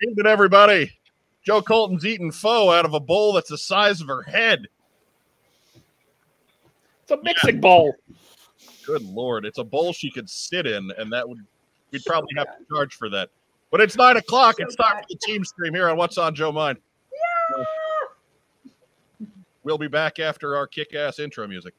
Evening, everybody. Joe Colton's eating pho out of a bowl that's the size of her head. It's a mixing bowl. Good lord, it's a bowl she could sit in, and that would we'd probably have to charge for that. But it's nine o'clock. It's time for the team stream here on What's on Joe Mind. We'll be back after our kick-ass intro music.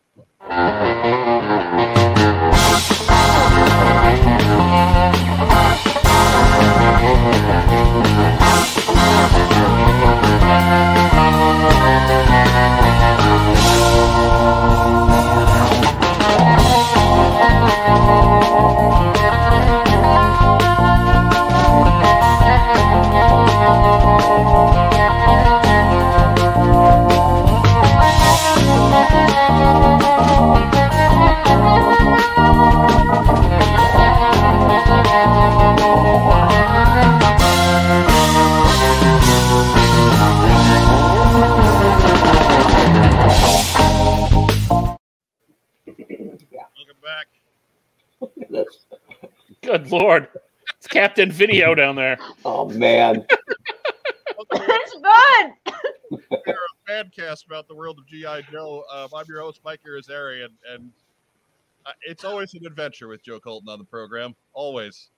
Welcome back. Good lord. It's Captain Video down there. Oh man. Welcome to It's good. a podcast about the world of GI Joe. Um, I'm your host, Mike Irizarry, and, and uh, it's always an adventure with Joe Colton on the program. Always.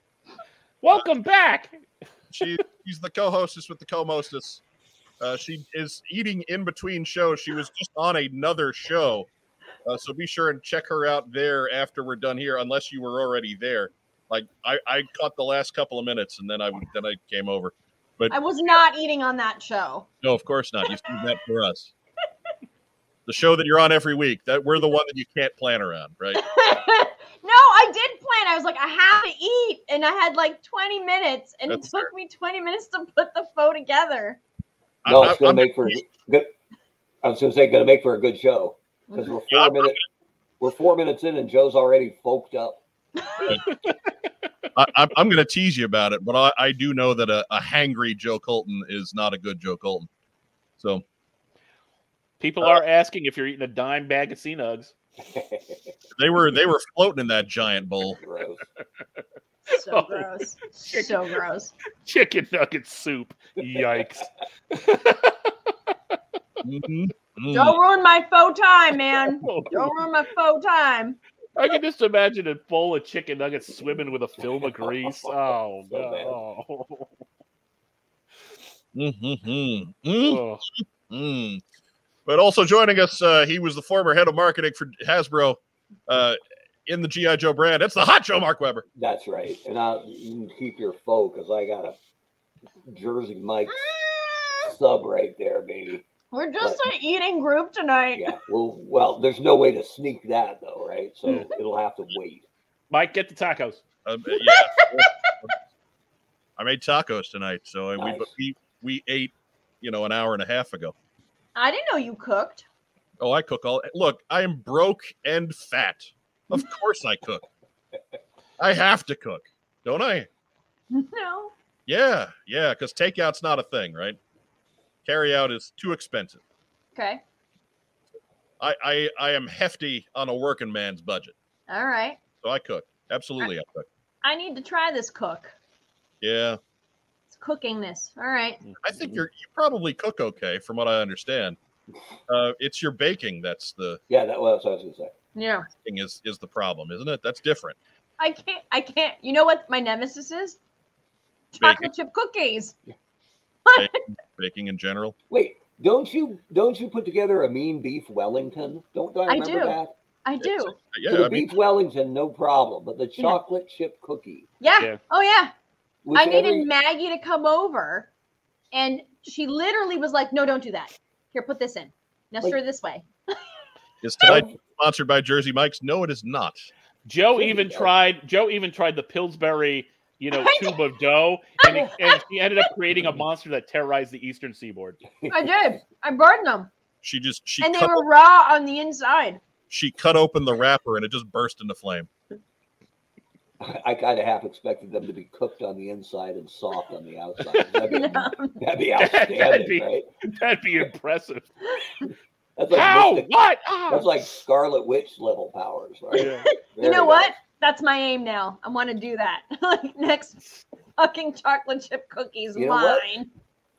Welcome back. She, she's the co-hostess with the co-mostess. Uh, she is eating in between shows. She was just on another show, uh, so be sure and check her out there after we're done here, unless you were already there. Like I, I caught the last couple of minutes, and then I then I came over. I was not eating on that show. No, of course not. You do that for us. The show that you're on every week. That we're the one that you can't plan around, right? no, I did plan. I was like, I have to eat, and I had like 20 minutes, and That's it took me 20 minutes to put the photo together. I- No, I- it's gonna I'm- make for good. I was gonna say gonna make for a good show because we're Yeah, four minutes. We're four minutes in and Joe's already folked up. I, I'm, I'm going to tease you about it, but I, I do know that a, a hangry Joe Colton is not a good Joe Colton. So People are asking if you're eating a dime bag of sea nugs. they were they were floating in that giant bowl. Gross. So Oh. gross. So gross. Chicken nugget soup. Yikes. Mhm. Mm. Don't ruin my faux time, man. Oh, Don't ruin my faux time. I can just imagine a bowl of chicken nuggets swimming with a film of grease. Oh, So bad. no. Mhm. Mm. Oh, Mm. But also joining us, uh, he was the former head of marketing for Hasbro uh, in the GI Joe brand. It's the hot Joe Mark Weber. That's right. And I you can keep your foe because I got a Jersey Mike sub right there, baby. We're just an eating group tonight. Yeah. Well, well, there's no way to sneak that though, right? Hmm. So it'll have to wait. Mike, get the tacos. Um, yeah. I made tacos tonight, so we- Nice. we, we we ate, you know, an hour and a half ago. I didn't know you cooked. Oh, I cook all. Look, I am broke and fat. Of course, I cook. I have to cook, don't I? No. Yeah, yeah. Because takeout's not a thing, right? Carry out is too expensive. Okay. I, I I am hefty on a working man's budget, All right. so I cook. Absolutely, I cook. I need to try this cook. Yeah, It's cooking this. All right. I think you're you probably cook okay, from what I understand. Uh, it's your baking that's the Yeah, that was what I was gonna say. Yeah. thing is is the problem, isn't it? That's different. I can't. I can't. You know what my nemesis is? Baking, Chocolate chip cookies. baking in general. Wait, don't you don't you put together a mean beef Wellington? Don't I I remember do. that? I do. So the Yeah, I mean, beef Wellington, no problem, but the Yeah. chocolate chip cookie. Yeah. Yeah. Oh yeah. which I needed every- Maggie to come over, and she literally was like, "No, don't do that. Here, put this in. Now Like- stir this way." is tonight sponsored by Jersey Mike's? No, it is not. Joe There you even go. tried. Joe even tried the Pillsbury, you know, I tube of dough, and, it, and she ended up creating a monster that terrorized the eastern seaboard. I did. I burned them, She just she and they cut, were raw on the inside. she cut open the wrapper and it just burst into flame. I kind of half expected them to be cooked on the inside and soft on the outside. That'd be, that'd be outstanding, That'd be- right? That'd be impressive. That's like, How? mystic- What? Ah! that's like Scarlet Witch level powers, right? Yeah. There you know go. what? That's my aim now. I want to do that. like next fucking chocolate chip cookies You know what? mine.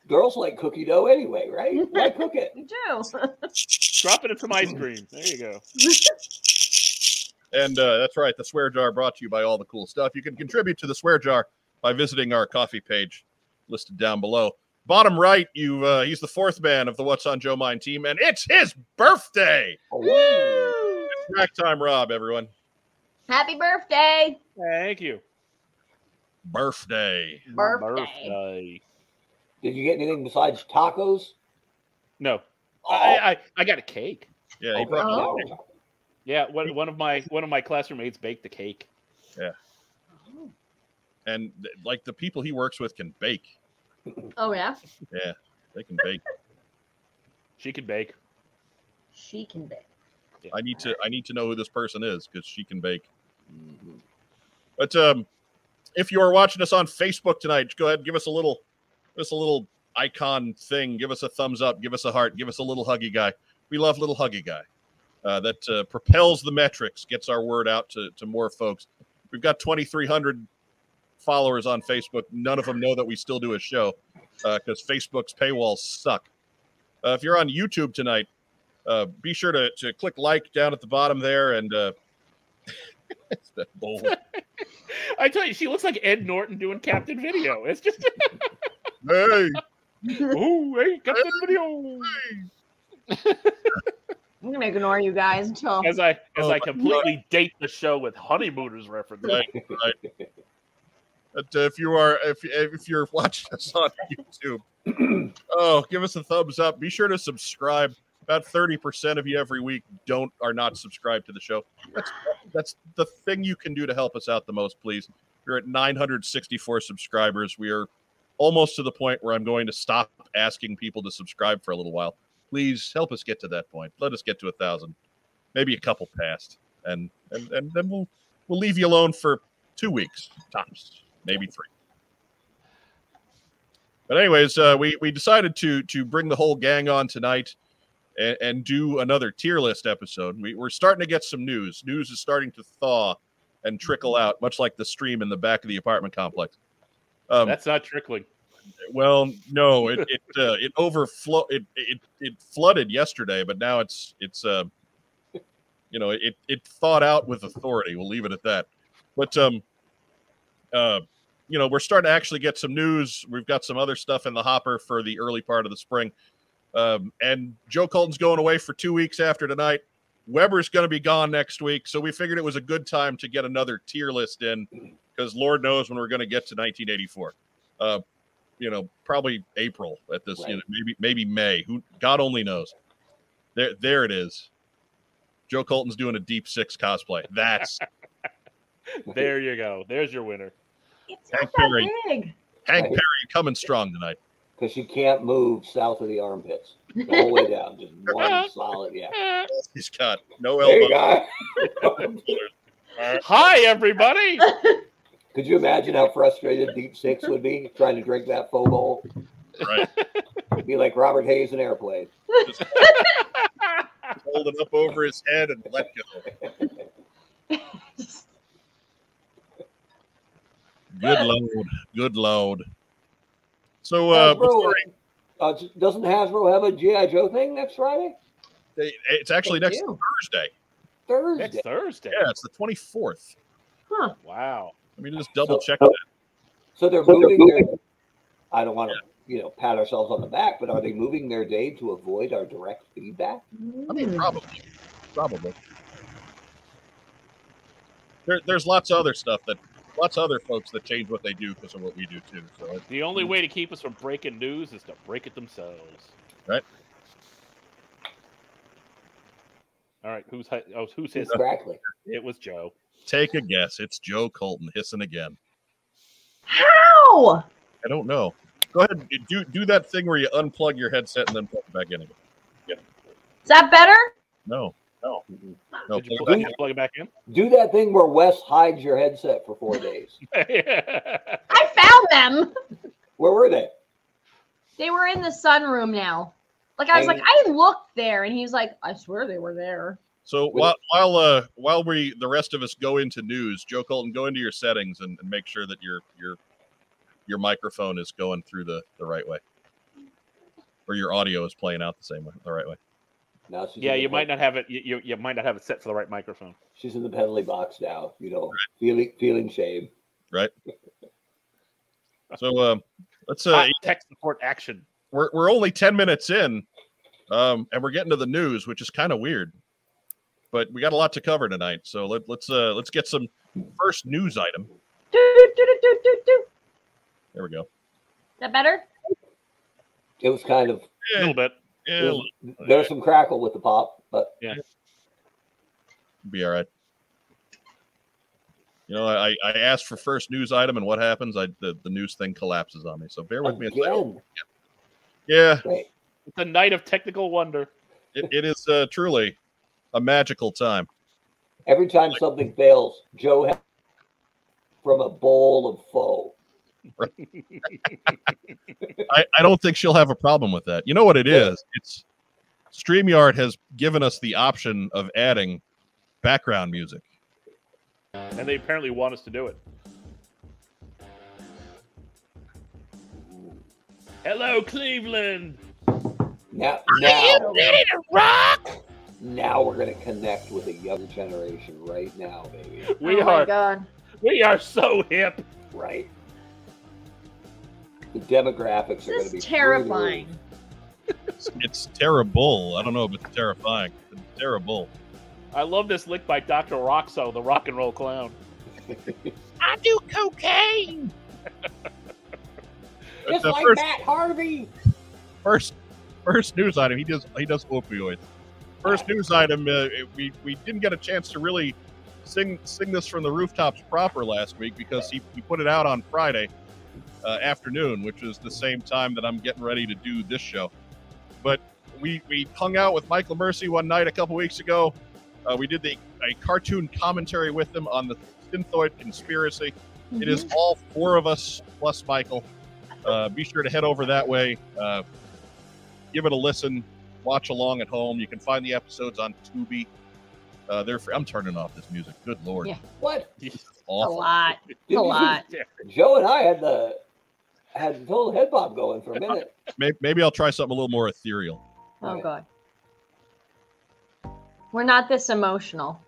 Girls like cookie dough anyway, right? Why cook it? You do. Drop it in some ice cream. There you go. And uh, that's right, the swear jar brought to you by all the cool stuff. You can contribute to the swear jar by visiting our coffee page listed down below. Bottom right, you uh, he's the fourth man of the What's on Joe Mine team, and it's his birthday. Oh, Snack time, Rob, everyone. Happy birthday. Thank you. Birthday. Birthday. Birthday. Did you get anything besides tacos? Oh, No, Oh. I, I I got a cake. Yeah, he Okay. brought- Oh. Yeah, one, one of my one of my classmates baked the cake. and th- like the people he works with can bake. Oh yeah, They can bake. She could bake. she can bake. I need to I need to know who this person is because she can bake. Mhm. But um, if you are watching us on Facebook tonight, go ahead and give us a little, give us a little icon thing. Give us a thumbs up. Give us a heart. Give us a little huggy guy. We love little huggy guy. Uh, that uh, propels the metrics, gets our word out to, to more folks. We've got 2,300 followers on Facebook. None of them know that we still do a show because Facebook's paywalls suck. Uh, if you're on YouTube tonight, uh, be sure to, to click like down at the bottom there and uh, it's that bold. I tell you, she looks like Ed Norton doing Captain Video. It's just Hey, ooh, hey, Captain Video. I'm gonna ignore you guys until As I as Oh my I completely date the show with honeymooners references. Right. But uh, if you are if if you're watching us on YouTube, oh, give us a thumbs up. Be sure to subscribe. About thirty percent of you every week don't are not subscribed to the show. That's that's the thing you can do to help us out the most. Please, we're at nine hundred sixty-four subscribers. We are almost to the point where I'm going to stop asking people to subscribe for a little while. Please help us get to that point. Let us get to a thousand, maybe a couple past, and and and then we'll we'll leave you alone for two weeks tops, maybe three. But anyways, uh, we we decided to to bring the whole gang on tonight and, and do another tier list episode. We, we're starting to get some news. News is starting to thaw and trickle out, much like the stream in the back of the apartment complex. Um, That's not trickling. well, no, it it uh, it overflow it, it it flooded yesterday, but now it's it's uh, you know it it thought out with authority. We'll leave it at that. But um, uh, you know we're starting to actually get some news. We've got some other stuff in the hopper for the early part of the spring. Um, and Joe Colton's going away for two weeks after tonight. Weber's going to be gone next week, so we figured it was a good time to get another tier list in because Lord knows when we're going to get to 1984. Uh, you know, probably April at this, you know, Right. maybe maybe May. Who God only knows. There, there it is. Joe Colton's doing a deep six cosplay. That's There you go. There's your winner. it's not Hank that Perry. big. Hank Right. Perry coming strong tonight. Because you can't move south of the armpits. The whole way down. Just one solid. Yeah. Eh. He's got no There you elbow. go. Hi everybody. Could you imagine how frustrated Deep Six would be trying to drink that faux bowl? Right. It'd be like Robert Hayes in airplane. Hold it up over his head and let go. Just- Good load. Good load. So uh, Hasbro, before- uh, doesn't Hasbro have a GI Joe thing next Friday? they- it's actually They next do. Thursday. Thursday. Next Thursday. Yeah, it's the twenty fourth. huh. Wow. Let me just double So- check so- that. So they're moving their. I don't want to, you know, pat ourselves on the back, but are they moving their day to avoid our direct feedback? I mean, probably, probably. There, there's lots of other stuff that, lots of other folks that change what they do because of what we do too. So it- The only way to keep us from breaking news is to break it themselves. Right. All right. Who's hi- oh who's his? Exactly. It was Joe. take a guess. It's Joe Colton hissing again. How? I don't know. Go ahead, do do that thing where you unplug your headset and then plug it back in. again. Is that better? No, no, Mhm. no. Did you, plug it plug, did back you plug it back in? Do that thing where Wes hides your headset for four days. I found them. Where were they? They were in the sunroom now. Like I was like, I looked there, and he was like, I swear they were there. So while while uh while we the rest of us go into news, Joe Colton, go into your settings and, and make sure that your your your microphone is going through the the right way, or your audio is playing out the same way, the right way. Now she's Yeah, in the you ped- might not have it. You, you, you might not have it set for the right microphone. She's in the penalty box now. You know, feeling feeling shame. So um, let's uh, Ah, tech support action. we're we're only ten minutes in, um, and we're getting to the news, which is kind of weird, but we got a lot to cover tonight. So let, let's uh, let's get some first news item. Do, do, do, do, do, do. There we go. Is that better? It was kind of A little bit. Yeah, it'll there's some crackle with the pop, but be all right. You know, I, I asked for first news item, and what happens? I the, the news thing collapses on me. So bear with me. a second. again, Yeah, wait, It's a night of technical wonder. it, it is uh, truly a magical time. every time something fails, Joe has from a bowl of foe. I, I don't think she'll have a problem with that. You know what it is? It's StreamYard has given us the option of adding background music. And they apparently want us to do it. Hello, Cleveland. Now, Oh now, to rock? now we're gonna connect with a young generation right now, baby. We oh my are god. we are so hip. Right. The demographics are gonna This be is terrifying. It's, it's terrible. I don't know if it's terrifying. It's terrible. I love this lick by Dr. Roxo, the rock and roll clown. I do cocaine. Just the like first Matt Harvey. first first news item. He does he does opioids. First news item. Uh, we we didn't get a chance to really sing sing this from the rooftops proper last week because he, he put it out on Friday uh, afternoon, which is the same time that I'm getting ready to do this show. But we we hung out with Michael Mercy one night a couple weeks ago. Uh, we did the a cartoon commentary with him on the Synthoid conspiracy. It is all four of us plus Michael. Uh, be sure to head over that way. Uh, give it a listen. Watch along at home. You can find the episodes on Tubi. Uh, they're free. I'm turning off this music. Good lord, Yeah. What? a awful. lot. Did A you see- lot. Joe and I had the had the total head bob going for a minute. May- Maybe I'll try something a little more ethereal. Oh Right. god. We're not this emotional.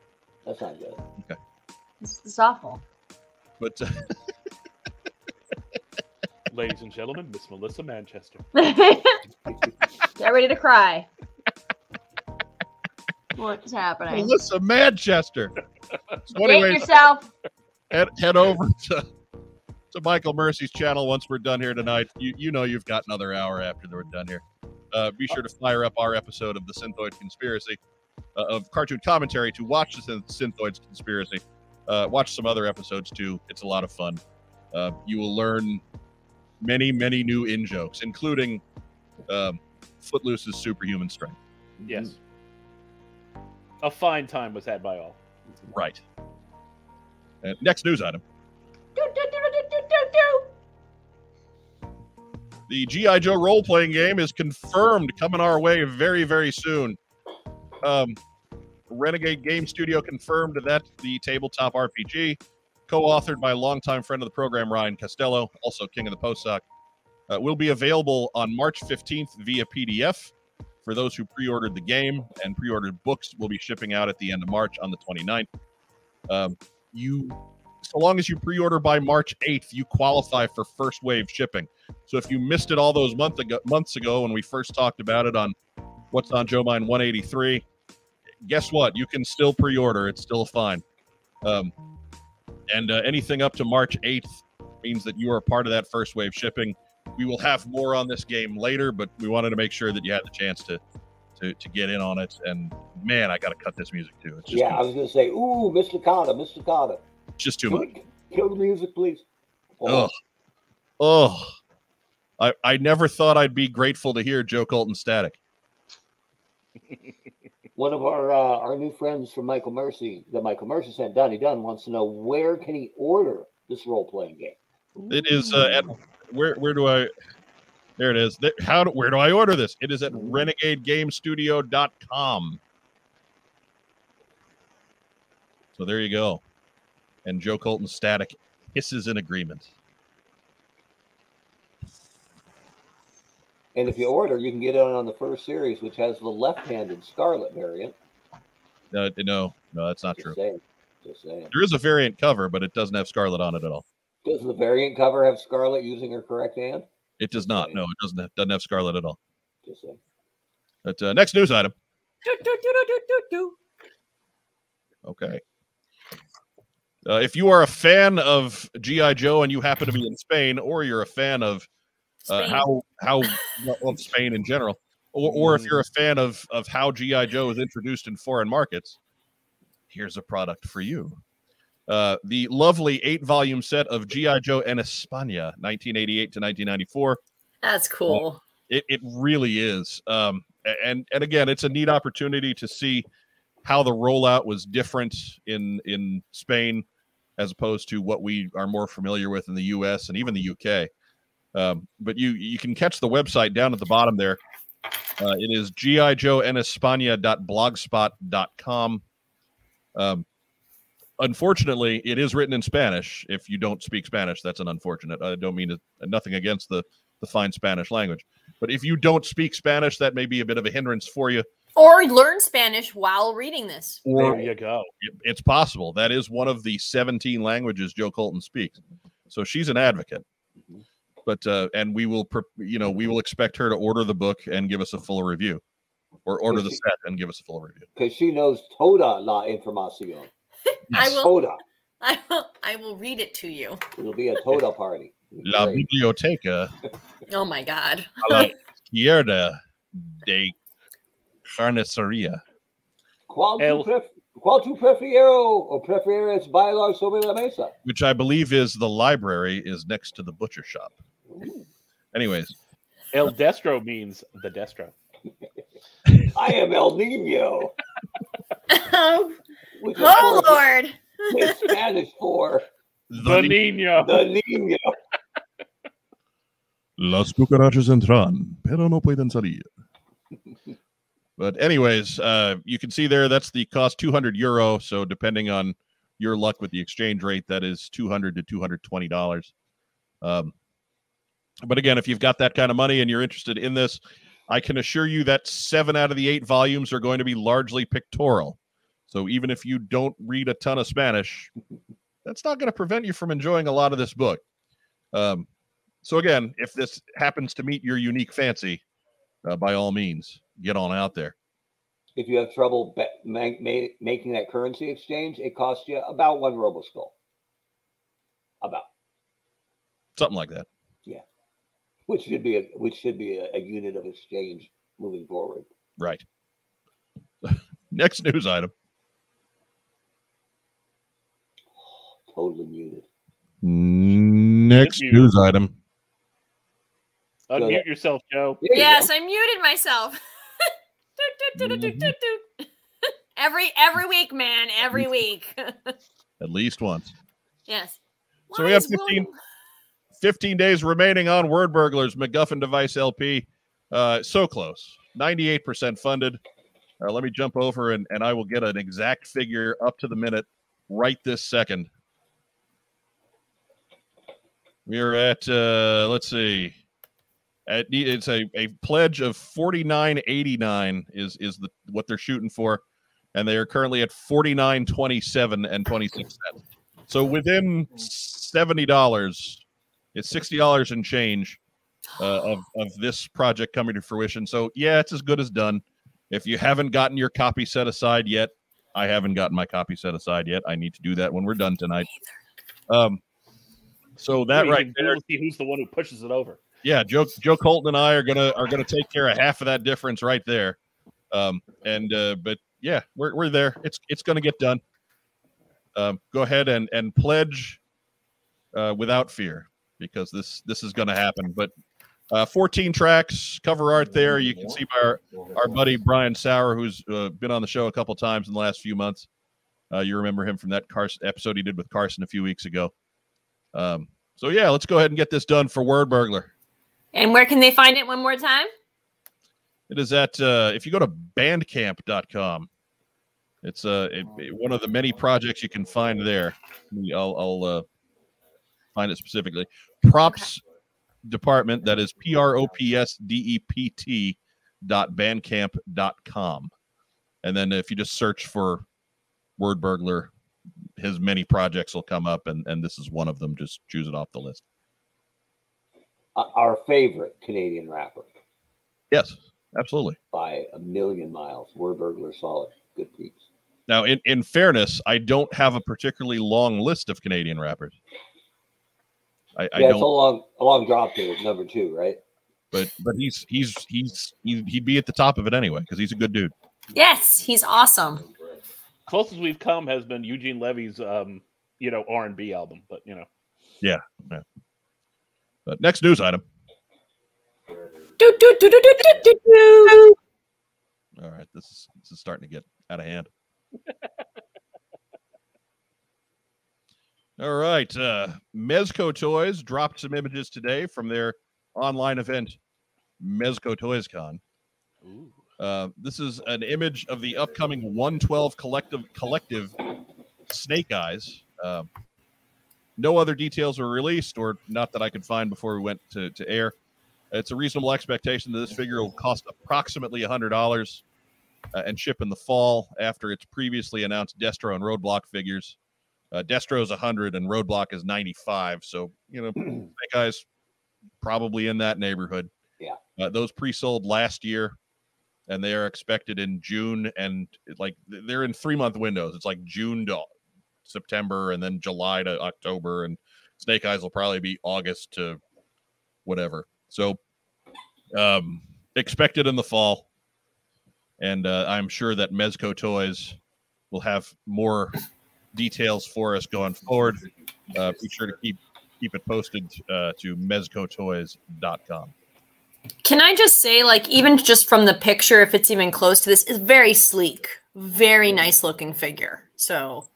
That's not good. This is awful. But uh, Ladies and gentlemen, Miss Melissa Manchester. Get ready to cry. What's happening? Melissa Manchester. So Date anyways, yourself. head, head over to, to Michael Mercy's channel once we're done here tonight. You, you know you've got another hour after we're done here. Uh, be sure to fire up our episode of the Synthoid Conspiracy uh, of cartoon commentary to watch the Syn- Synthoid's Conspiracy. Uh, watch some other episodes too. It's a lot of fun. Uh, you will learn many, many new in jokes, including um, Footloose's superhuman strength. Mm-hmm. Yes. A fine time was had by all. Right. And next news item. Do, do, do, do, do, do, do. The GI Joe role playing game is confirmed coming our way very very soon. Um, Renegade Game Studio confirmed that the tabletop RPG, co-authored by longtime friend of the program Ryan Costello, also King of the Post Sock, uh, will be available on March 15th via PDF. For those who pre-ordered the game and pre-ordered books, will be shipping out at the end of March on the 29th. Um, you, so long as you pre-order by March 8th, you qualify for first wave shipping. So if you missed it all those month ago, months ago when we first talked about it on what's on Joe Mine 183, guess what? You can still pre-order. It's still fine. Um, and uh, anything up to March 8th means that you are part of that first wave shipping. We will have more on this game later, but we wanted to make sure that you had the chance to to, to get in on it. And man, I got to cut this music too. It's just, Yeah, I was gonna say, ooh, Mr. Cotta, Mr. Cotta. it's just too much. Kill, kill the music, please. Oh, Ugh. Oh, I, I never thought I'd be grateful to hear Joe Colton static. One of our uh, our new friends from Michael Mercy, the Michael Mercy sent Donnie Dunn wants to know where can he order this role playing game. It is uh, at where where do I there it is. Th- How do, where do I order this? It is at renegadegamestudio.com. So there you go. And Joe Colton static hisses in agreement. And if you order, you can get it on the first series, which has the left-handed Scarlet variant. No, no, no, that's not true. Just saying. Just saying. There is a variant cover, but it doesn't have Scarlet on it at all. Does the variant cover have Scarlet using her correct hand? It does not. No, it doesn't have, doesn't have Scarlet at all. Just saying. But uh, next news item. Do, do, do, do, do, do. Okay. Uh, if you are a fan of GI Joe and you happen to be in Spain, or you're a fan of uh, Spain. how how well, of Spain in general, or, or if you're a fan of of how GI Joe is introduced in foreign markets, here's a product for you. Uh, the lovely eight volume set of GI Joe en España, 1988 to 1994. That's cool. It, it really is. Um, a- and and again, it's a neat opportunity to see how the rollout was different in in Spain as opposed to what we are more familiar with in the U.S. and even the U.K. Um, but you you can catch the website down at the bottom there. Uh, it is gi joe en españa.blogspot.com. Um, unfortunately, it is written in Spanish. If you don't speak Spanish, that's an unfortunate. I don't mean to, nothing against the the fine Spanish language. But if you don't speak Spanish, that may be a bit of a hindrance for you. Or learn Spanish while reading this. Or There you go. it- it's possible that is one of the 17 languages Joe Colton speaks. So she's an advocate. Mhm. But uh, and we will, pre- you know, we will expect her to order the book and give us a full review, or order the she- set and give us a full review. Because she knows toda la información. I will. Toda. I will. I will read it to you. It'll be a toda party. La Great. biblioteca Oh my god. a la izquierda de carnicería. Qual tu, El- pref- qual tu prefiero o prefieres bailar sobre la mesa? which I believe is the library is next to the butcher shop. Anyways, El Destro means the Destro. I am El Nino. oh, Which is oh for- lord. It's Spanish for the, The, Nino. the Nino. las cucarachas entran, pero no pueden salir. But anyways, uh, you can see there that's the cost 200 euro. So depending on your luck with the exchange rate, that is 200 to 220 dollars. Um, but again, if you've got that kind of money and you're interested in this, I can assure you that seven out of the eight volumes are going to be largely pictorial. So even if you don't read a ton of Spanish, that's not going to prevent you from enjoying a lot of this book. Um, so again, if this happens to meet your unique fancy, uh, by all means, get on out there. If you have trouble ba- ma- ma- making that currency exchange, it costs you about one roboskull. About. Something like that. Which should be a which should be a, a unit of exchange moving forward. Right. Next news item. Totally muted. Next you. news item. Unmute yourself, Joe. There you Yes, go. I muted myself. Doot, doot, doot, doot, doot, doot, doot. every every week, man. Every Mm-hmm. week. At least once. yes. So Why we have is 15 William- 15 days remaining on Word Burglars MacGuffin Device LP. Uh, so close, 98% funded. Uh, let me jump over and, and I will get an exact figure up to the minute right this second. We are at, uh, let's see, at, the- it's a, a pledge of 49.89 is is the what they're shooting for, and they are currently at 49.27 and 26 cents. So within seventy dollars it's sixty dollars and change uh, of of this project coming to fruition. So yeah, it's as good as done. If you haven't gotten your copy set aside yet, I haven't gotten my copy set aside yet. I need to do that when we're done tonight. Um, so that We right can there, See who's the one who pushes it over. yeah, Joe Joe Colton and I are gonna are gonna take care of half of that difference right there. Um, and uh, but yeah, we're we're there. It's it's gonna get done. Um, go ahead and and pledge uh, without fear because this this is gonna happen. But uh, 14 tracks, cover art there. You can see by our our buddy Brian Sauer, who's uh, been on the show a couple times in the last few months. Uh, you remember him from that Carson episode he did with Carson a few weeks ago. Um, so yeah, let's go ahead and get this done for Word Burglar. And where can they find it one more time? It is at uh, if you go to bandcamp.com. It's uh, it, it- one of the many projects you can find there. Let me- I'll, I'll uh, find it specifically. Props department. That is P R O P S D E P T dot bandcamp dot com. And then if you just search for Word Burglar, his many projects will come up, and, and this is one of them. Just choose it off the list. O- Uh, Our favorite Canadian rapper Yes, absolutely. by a million miles. We're burglar solid. Good peeps. Now, in, in fairness, I don't have a particularly long list of Canadian rappers. I, I yeah, don't. it's a long, a long drop to number two, right? but but he's he's he's he- he'd be at the top of it anyway because he's a good dude. Yes, he's awesome. Closest we've come has been Eugene Levy's, um, you know, R and B album. But you know, But next news item. Do, do, do, do, do, do, do, do. All right, this is this is starting to get out of hand. All right, uh, Mezco Toys dropped some images today from their online event, Mezco Toys Con. Uh, this is an image of the upcoming 112 collective collective Snake Eyes. Um, no other details were released, or not that I could find before we went to, to air. It's a reasonable expectation that this figure will cost approximately $100 uh, and ship in the fall after its previously announced Destro and Roadblock figures. Uh, Destro is 100 and Roadblock is 95. So, you know, Snake Eyes probably in that neighborhood. Yeah. Uh, those pre sold last year and they are expected in June and like th- they're in three month windows. It's like June to September and then July to October. And Snake Eyes will probably be August to whatever. So, um, expected in the fall. And uh, I'm sure that Mezco Toys will have more details for us going forward. Uh, be sure to keep keep it posted uh, to mezcotoys.com. Can I just say, like, even just from the picture, if it's even close to this, it's very sleek, very nice looking figure. So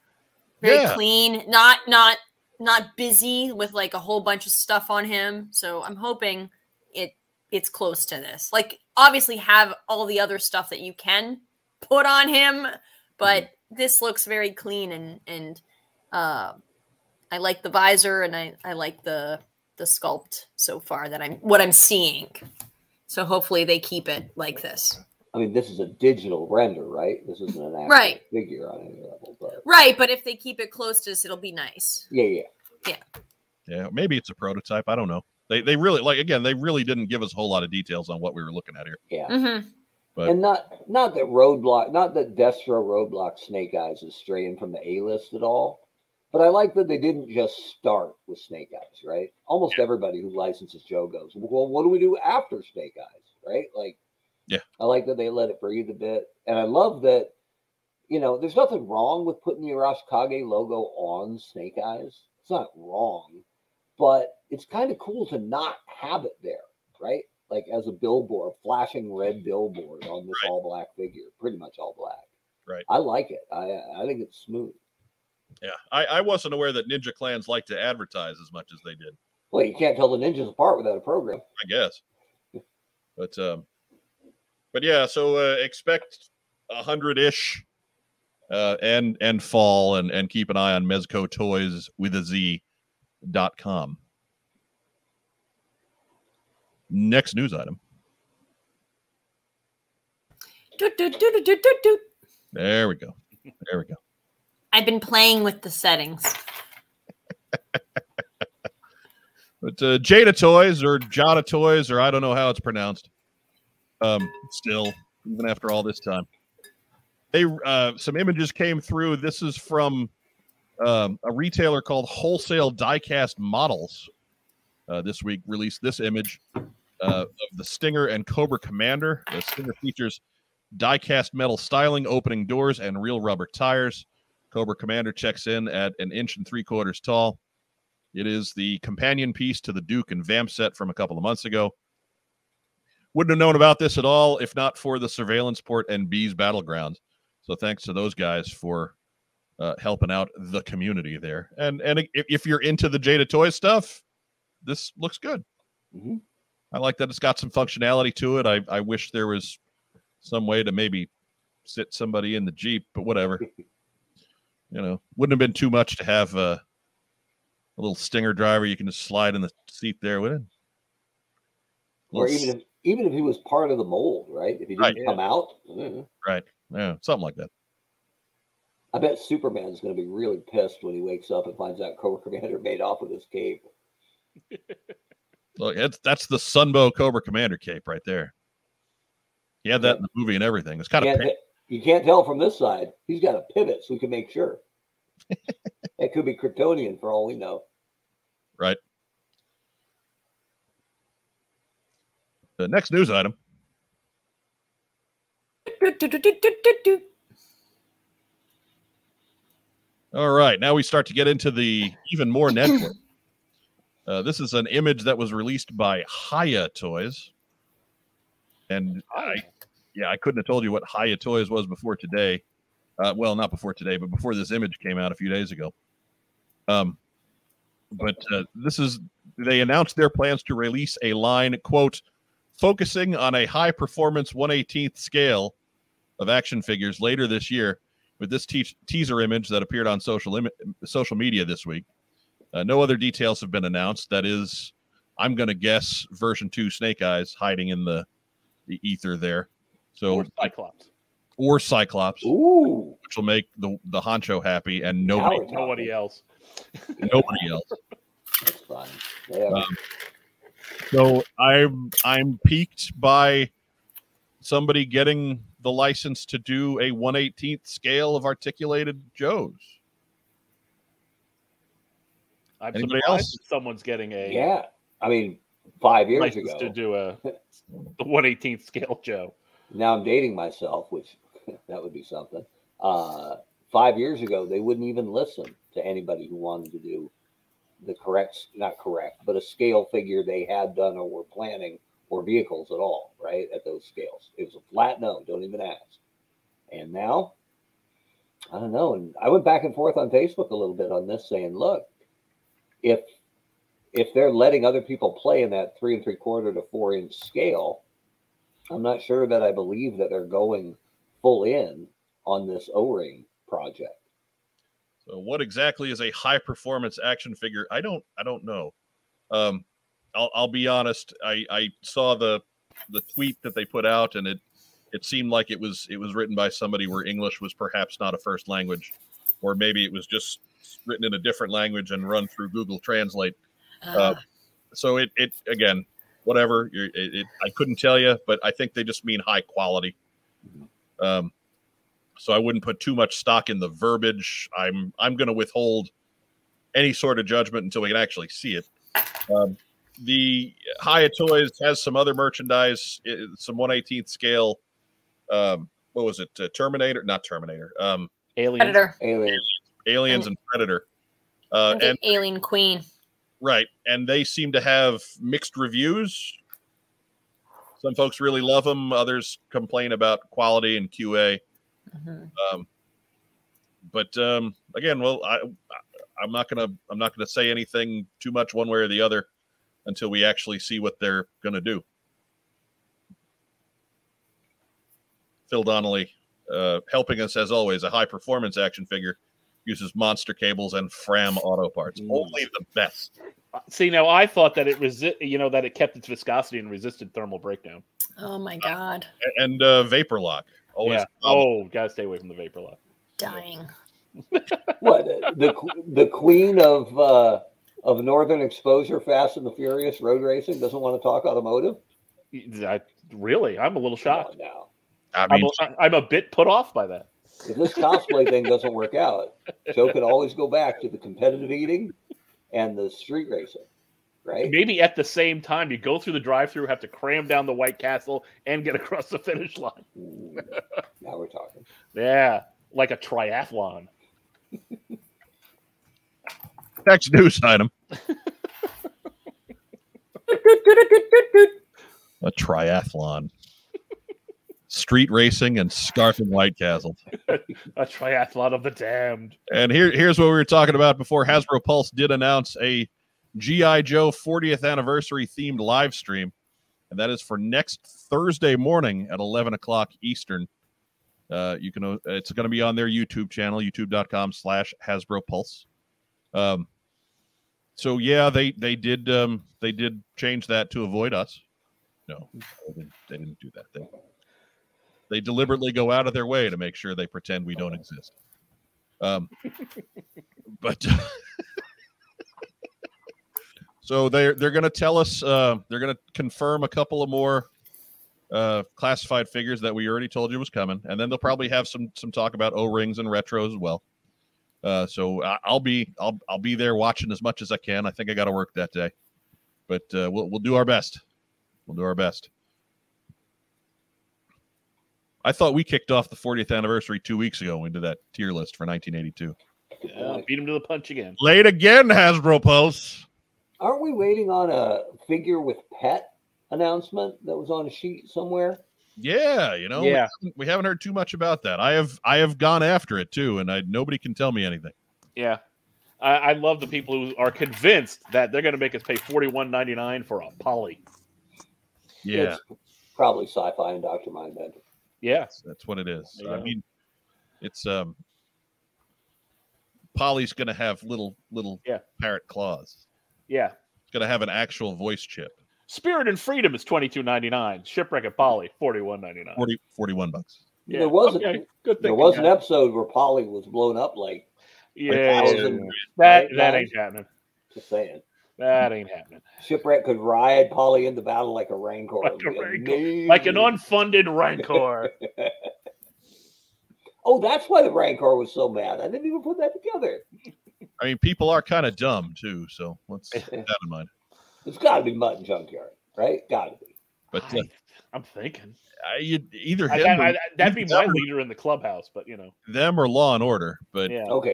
very Yeah. clean, not not not busy with like a whole bunch of stuff on him. So I'm hoping it it's close to this. Like, obviously, have all the other stuff that you can put on him, but this looks very clean and and uh, I like the visor and I I like the the sculpt so far that I'm what I'm seeing. So hopefully they keep it like this. I mean, this is a digital render, right? This isn't an actual Right. figure on any level, but Right, but if they keep it close to this, it'll be nice. yeah, yeah. Yeah, maybe it's a prototype. I don't know. They, they really like again. They really didn't give us a whole lot of details on what we were looking at here. Yeah. Mm-hmm. But- and not not that roadblock, not that Destro roadblock Snake Eyes is straying from the A list at all. But I like that they didn't just start with Snake Eyes, right? Almost everybody who licenses Joe goes, well, what do we do after Snake Eyes, right? Like, Yeah. I like that they let it breathe a bit, and I love that. You know, there's nothing wrong with putting the Arashikage logo on Snake Eyes. It's not wrong, but it's kind of cool to not have it there, right? Like as a billboard, a flashing red billboard on this Right. all black figure, pretty much all black. Right. I like it. I I think it's smooth. Yeah, I, I wasn't aware that Ninja Clans like to advertise as much as they did. Well, you can't tell the ninjas apart without a program. I guess. But um, but yeah, so uh, expect a hundred ish, uh, and and fall, and and keep an eye on Mezco Toys with a Z dot com. Next news item. There we go. There we go. I've been playing with the settings. But uh, Jada Toys or Jada Toys or I don't know how it's pronounced. Um, still, even after all this time, they uh, some images came through. This is from um, a retailer called Wholesale Diecast Models. Uh, this week released this image uh, of the Stinger and Cobra Commander. The Stinger features diecast metal styling, opening doors, and real rubber tires. Cobra Commander checks in at an inch and three quarters tall. It is the companion piece to the Duke and Vamp set from a couple of months ago. Wouldn't have known about this at all if not for the surveillance port and bees battlegrounds. So thanks to those guys for uh, helping out the community there. And and if, if you're into the Jada Toy stuff, this looks good. Mhm. I like that it's got some functionality to it. I, I wish there was some way to maybe sit somebody in the Jeep, but whatever. you know, wouldn't have been too much to have uh, a little stinger driver you can just slide in the seat there with it or even if even if he was part of the mold, right? If he didn't Right. come out, mm. yeah, something like that. I bet Superman's going to be really pissed when he wakes up and finds out Cobra Commander made off with his cape. Look, it's, that's the Sunbow Cobra Commander cape right there. He had that in the movie and everything. It's kind of Can't t- you can't tell from this side. He's got a pivot, so we can make sure. it could be Kryptonian for all we know. the next news item. All right, now we start to get into the even more network. Uh, this is an image that was released by Haya Toys, and I, yeah, I couldn't have told you what Haya Toys was before today. Uh, well, not before today, but before this image came out a few days ago. Um, but uh, this is they announced their plans to release a line quote focusing on a high performance 118th scale of action figures later this year with this te- teaser image that appeared on social Im- social media this week. Uh, no other details have been announced. That is, I'm going to guess version two Snake Eyes hiding in the, the ether there. So Or or, Cyclops. Cyclops, Ooh, which will make the the honcho happy and now nobody we're talking. Nobody else. nobody else. That's fun. They have- Um, So I'm I'm piqued by somebody getting the license to do a 118th scale of articulated Joes. I'm Anybody surprised else? that someone's getting a yeah, I mean, five years license to ago. do a the 118th scale Joe. Now I'm dating myself, which that would be something. Uh, five years ago, they wouldn't even listen to anybody who wanted to do the correct, not correct, but a scale figure they had done or were planning or vehicles at all, right? At those scales. It was a flat no, don't even ask. And now, I don't know. And I went back and forth on Facebook a little bit on this saying, look, if if they're letting other people play in that three and three quarter to four inch scale, I'm not sure that I believe that they're going full in on this O-ring project. So what exactly is a high performance action figure? I don't I don't know. Um, I'll, I'll be honest. I, I saw the the tweet that they put out, and it it seemed like it was it was written by somebody where English was perhaps not a first language, or maybe it was just written in a different language and run through Google Translate. Uh, so it it again, whatever. You're, it, it, I couldn't tell you, but I think they just mean high quality. Um, so I wouldn't put too much stock in the verbiage. I'm I'm going to withhold any sort of judgment until we can actually see it. Um, the Haya Toys has some other merchandise, i- i- some 118th scale. Um, what was it? Uh, Terminator, not Terminator. Um, Alien. Predator. Aliens, Aliens and Predator. Uh, Look at and Alien Queen. Right. And they seem to have mixed reviews. Some folks really love them, others complain about quality and QA. Mhm. Um, but um, again, well, I, I- I'm not gonna I'm not gonna say anything too much one way or the other until we actually see what they're gonna do. Phil Donnelly, uh, helping us as always, a high performance action figure uses monster cables and Fram auto parts. Mm. Only the best. See, now I thought that it resi- you know, that it kept its viscosity and resisted thermal breakdown. Oh my god. and uh, vapor lock. Always. yeah. Oh, gotta stay away from the vapor lock. Dying. what the the queen of uh, of northern exposure, Fast and the Furious, road racing doesn't want to talk automotive. I, really, I'm a little Come shocked. on now, I I'm mean, a, I'm a bit put off by that. if this cosplay thing doesn't work out, Joe could always go back to the competitive eating and the street racing, right? Maybe at the same time, you go through the drive-through, have to cram down the White Castle, and get across the finish line. Ooh, Mm, now we're talking. Yeah, like a triathlon. next news item. A triathlon. Street racing and scarfing White Castle. A triathlon of the damned. And here, here's what we were talking about before Hasbro Pulse did announce a G.I. Joe 40th anniversary themed live stream. And that is for next Thursday morning at 11 o'clock Eastern. Uh, you can, uh, it's going to be on their YouTube channel, youtube.com slash Hasbro Pulse. Um, so yeah, they, they did, um, they did change that to avoid us. No, they didn't, they didn't do that. They, they deliberately go out of their way to make sure they pretend we don't exist. Um, but uh, so they're they're going to tell us uh, they're going to confirm a couple of more uh, classified figures that we already told you was coming, and then they'll probably have some some talk about O rings and retros as well. Uh, so I, I'll be I'll I'll be there watching as much as I can. I think I got to work that day, but uh, we'll we'll do our best. We'll do our best. I thought we kicked off the 40th anniversary two weeks ago when we did that tier list for 1982. Good Uh, point. beat him to the punch again. Late again, Hasbro Pulse. Aren't we waiting on a figure with pet announcement that was on a sheet somewhere? Yeah, you know, Yeah. we, haven't, we haven't heard too much about that. I have I have gone after it too, and I nobody can tell me anything. Yeah. I, I love the people who are convinced that they're going to make us pay forty one ninety nine for a poly. Yeah, It's probably sci-fi and Doctor Mindbender. Yeah. that's what it is. There you I go. mean, it's um, Polly's gonna have little little Yeah. parrot claws. Yeah. It's gonna have an actual voice chip. Spirit and Freedom is twenty two ninety nine. Shipwreck and Polly forty one ninety nine. 40, 41 bucks. Yeah. There was a- okay. good thing. There was an episode where Polly was blown up like yeah, a yeah, thousand. yeah. that right, that guys? ain't happening. Just saying, That ain't happening. shipwreck could ride Polly into battle like a rancor. Like It'd a be rancor. amazing. Like an unfunded rancor. Oh, that's why the rancor was so mad. I didn't even put that together. I mean, people are kind of dumb too, so let's keep that in mind. It's got to be Mutt and Junkyard, right? Got to be. But uh, I, am thinking I, you'd- either I, him I, or I, that'd be my That would- leader in the clubhouse, but you know, them or Law and Order, but yeah, Okay,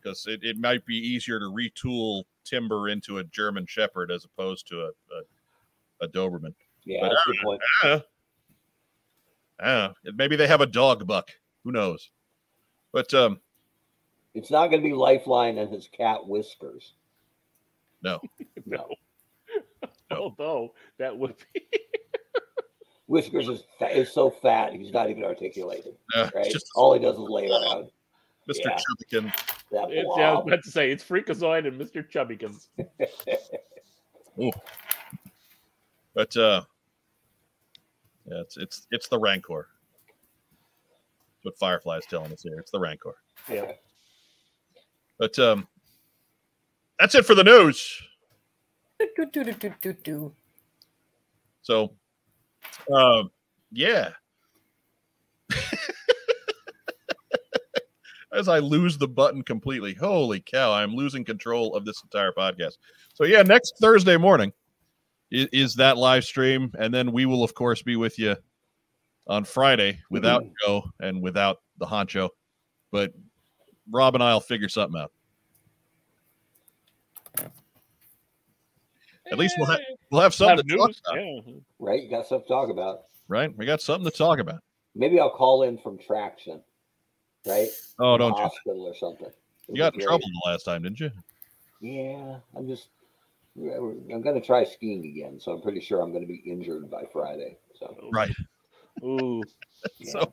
because it, it might be easier to retool Timber into a German Shepherd as opposed to a a, a Doberman. yeah, But that's a good point. Ah, maybe they have a dog buck. Who knows? But um, It's not going to be Lifeline and his cat Whiskers. no, no. No. Although that would be Whiskers is, fa- is so fat he's not even articulated. Uh, it's Right? just All he does is lay around. Mr. yeah. Chubbykin. That It's, blob. I was about to say it's Freakazoid and Mr. Chubbykins. But uh, yeah, it's it's it's the Rancor. That's what Firefly's telling us here. It's the Rancor. Yeah. But um, that's it for the news. So, um, yeah. As I lose the button completely, holy cow! I'm losing control of this entire podcast. So yeah, next Thursday morning is, is that live stream, and then we will of course be with you on Friday without Joe and without the honcho. But Rob and I'll figure something out. At least we'll have we'll have Have something to talk news. about, Yeah. right? You got stuff to talk about. right? We got something to talk about. Maybe I'll call in from Traction, right? Oh, don't you? hospital or something. It'd You got be in great. trouble the last time, didn't you? Yeah, I'm just. I'm going to try skiing again, so I'm pretty sure I'm going to be injured by Friday. So Right. Ooh. yeah. So,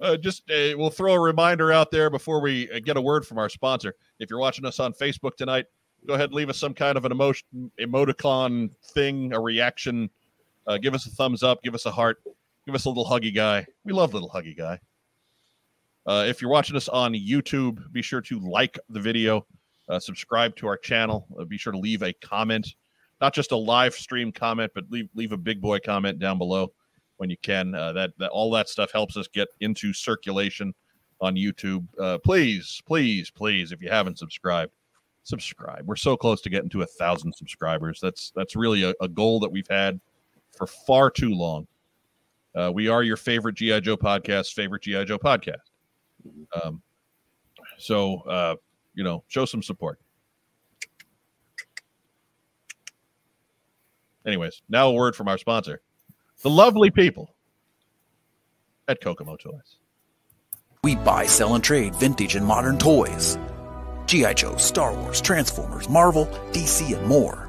uh, just uh, we'll throw a reminder out there before we uh, get a word from our sponsor. If you're watching us on Facebook tonight, go ahead and leave us some kind of an emotion emoticon thing, a reaction. Uh, give us a thumbs up. Give us a heart. Give us a little huggy guy. We love little huggy guy. Uh, if you're watching us on YouTube, be sure to like the video, uh, subscribe to our channel. Uh, be sure to leave a comment, not just a live stream comment, but leave leave a big boy comment down below when you can. Uh, that, that all that stuff helps us get into circulation on YouTube. Uh, please, please, please, if you haven't subscribed, subscribe. We're so close to getting to a thousand subscribers. That's that's really a, a goal that we've had for far too long. Uh, we are your favorite GI Joe podcast, favorite GI Joe podcast. Um, so uh, you know, show some support. Anyways, now a word from our sponsor the lovely people at Kokomo Toys. We buy, sell, and trade vintage and modern toys. G.I. Joe, Star Wars, Transformers, Marvel, DC, and more.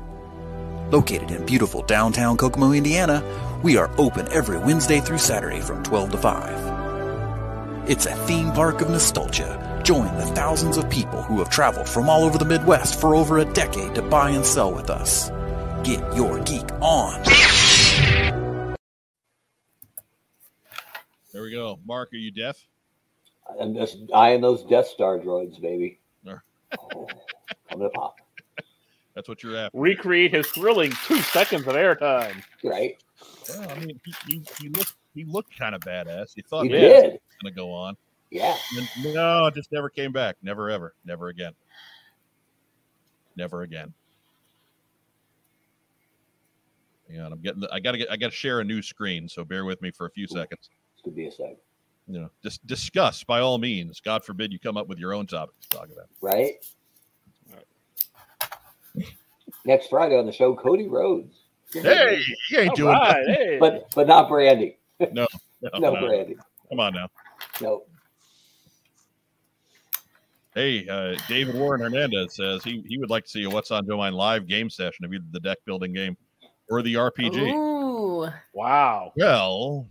Located in beautiful downtown Kokomo, Indiana, we are open every Wednesday through Saturday from 12 to 5. It's a theme park of nostalgia. Join the thousands of people who have traveled from all over the Midwest for over a decade to buy and sell with us. Get your geek on. There we go. Mark, are you deaf? I'm just eyeing those Death Star droids, baby. Sure. Oh, I'm gonna pop. That's what you're after. Recreate his thrilling two seconds of airtime. Right? Well, I mean, he, he, he looked he looked kind of badass. You thought You that was did. gonna go on. Yeah. And then, no, it just never came back. Never ever. Never again. Never again. Hang on, I'm getting. The, I gotta get. I gotta share a new screen. So bear with me for a few seconds. This could be a sec. You know, just discuss by all means. God forbid you come up with your own topic to talk about. Right? Right. Next Friday on the show, Cody Rhodes. Hey, you ain't doing. All right, hey. But but not Brandy. nothing. No, Oh, No, no. Brandy. Come on now. No. Hey, uh, David Warren Hernandez says he, he would like to see a What's on Joe Mine live game session of either the deck building game or the RPG. Ooh. wow. Well,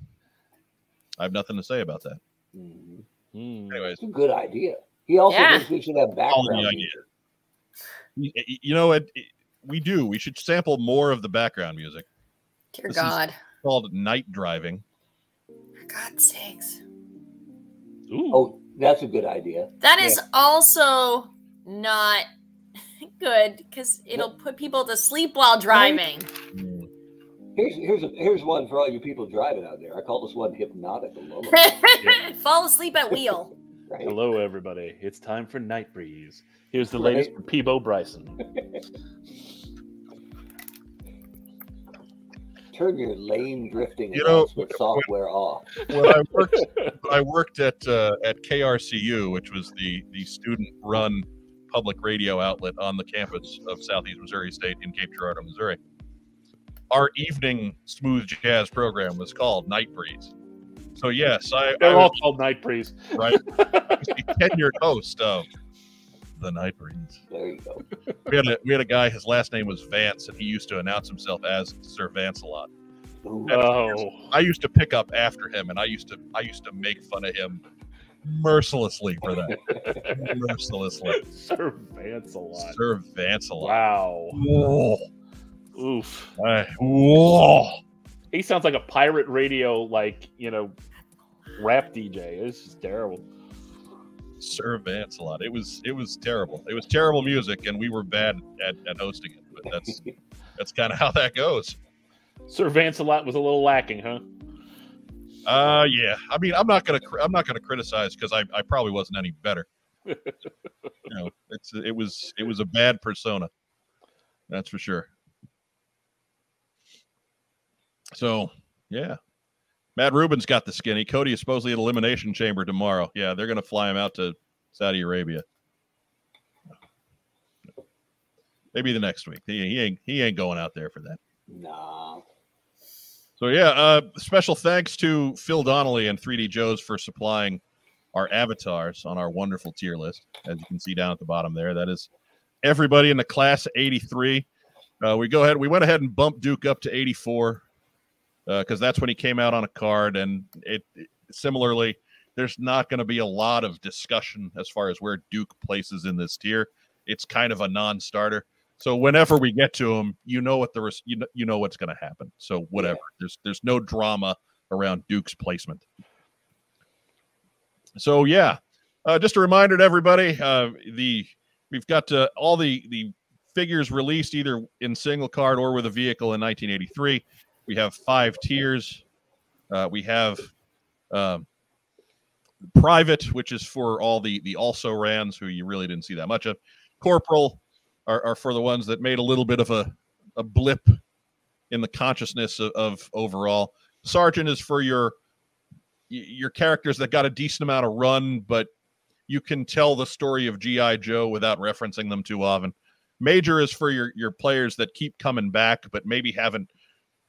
I have nothing to say about that. Mhm. Hmm. Anyways, It's a good idea. He also Yeah. thinks we should have All the background idea. music. y- y- you know what? We do. We should sample more of the background music Dear This is- God. It's called Night Driving. For God's sakes. Ooh. Oh, that's a good idea. That is Yeah. also not good because it'll put people to sleep while driving. Here's here's a, here's one for all you people driving out there. I call this one hypnotic lullaby. Fall asleep at wheel. right? Hello, everybody. It's time for Night Breeze. Here's the Right. latest from Peebo Bryson. Turn your lane drifting You know, announcement software off. When I worked, when I worked at uh, at KRCU, which was the the student run public radio outlet on the campus of Southeast Missouri State in Cape Girardeau, Missouri. Our evening smooth jazz program was called Night Breeze. So yes, I, I They're all was called Night Breeze. right. I was the tenured host of the Night Breeze. There you go. We had a we had a guy. His last name was Vance, and he used to announce himself as Sir Vance a lot. Ooh, Oh, I used to pick up after him, and I used to I used to make fun of him mercilessly for that. mercilessly, Sir Vance a lot. Sir Vancelot. Wow. Whoa, Oof. I- whoa. He sounds like a pirate radio, like, you know, rap DJ. It's just terrible. Sir Vancelot. It was it was terrible. It was terrible music, and we were bad at, at hosting it. But that's that's kind of how that goes. Sir Vance a lot was a little lacking, huh? Uh, yeah. I mean, I'm not gonna cr- I'm not gonna criticize because I, I probably wasn't any better. you know, it's it was it was a bad persona. That's for sure. So yeah, Matt Rubin's got the skinny. Cody is supposedly at Elimination Chamber tomorrow. Yeah, they're gonna fly him out to Saudi Arabia. Maybe the next week. He, he ain't he ain't going out there for that. nah. So yeah, uh, special thanks to Phil Donnelly and 3D Joe's for supplying our avatars on our wonderful tier list. As you can see down at the bottom there, that is everybody in the class of 83. Uh, we go ahead. We went ahead and bumped Duke up to 84 because that's when he came out on a card. And it, it- similarly, there's not going to be a lot of discussion as far as where Duke places in this tier. It's kind of a non-starter. So whenever we get to him, you know what the res- you know, you know what's going to happen. So whatever. There's there's no drama around Duke's placement. So yeah, uh, just a reminder to everybody: uh, the we've got uh, all the the figures released either in single card or with a vehicle in 1983. We have five tiers. Uh, we have um, private, which is for all the the also rans who you really didn't see that much of. Corporal are, are for the ones that made a little bit of a, a blip in the consciousness of, of overall. Sergeant is for your y- your characters that got a decent amount of run, but you can tell the story of GI Joe without referencing them too often. Major is for your your players that keep coming back, but maybe haven't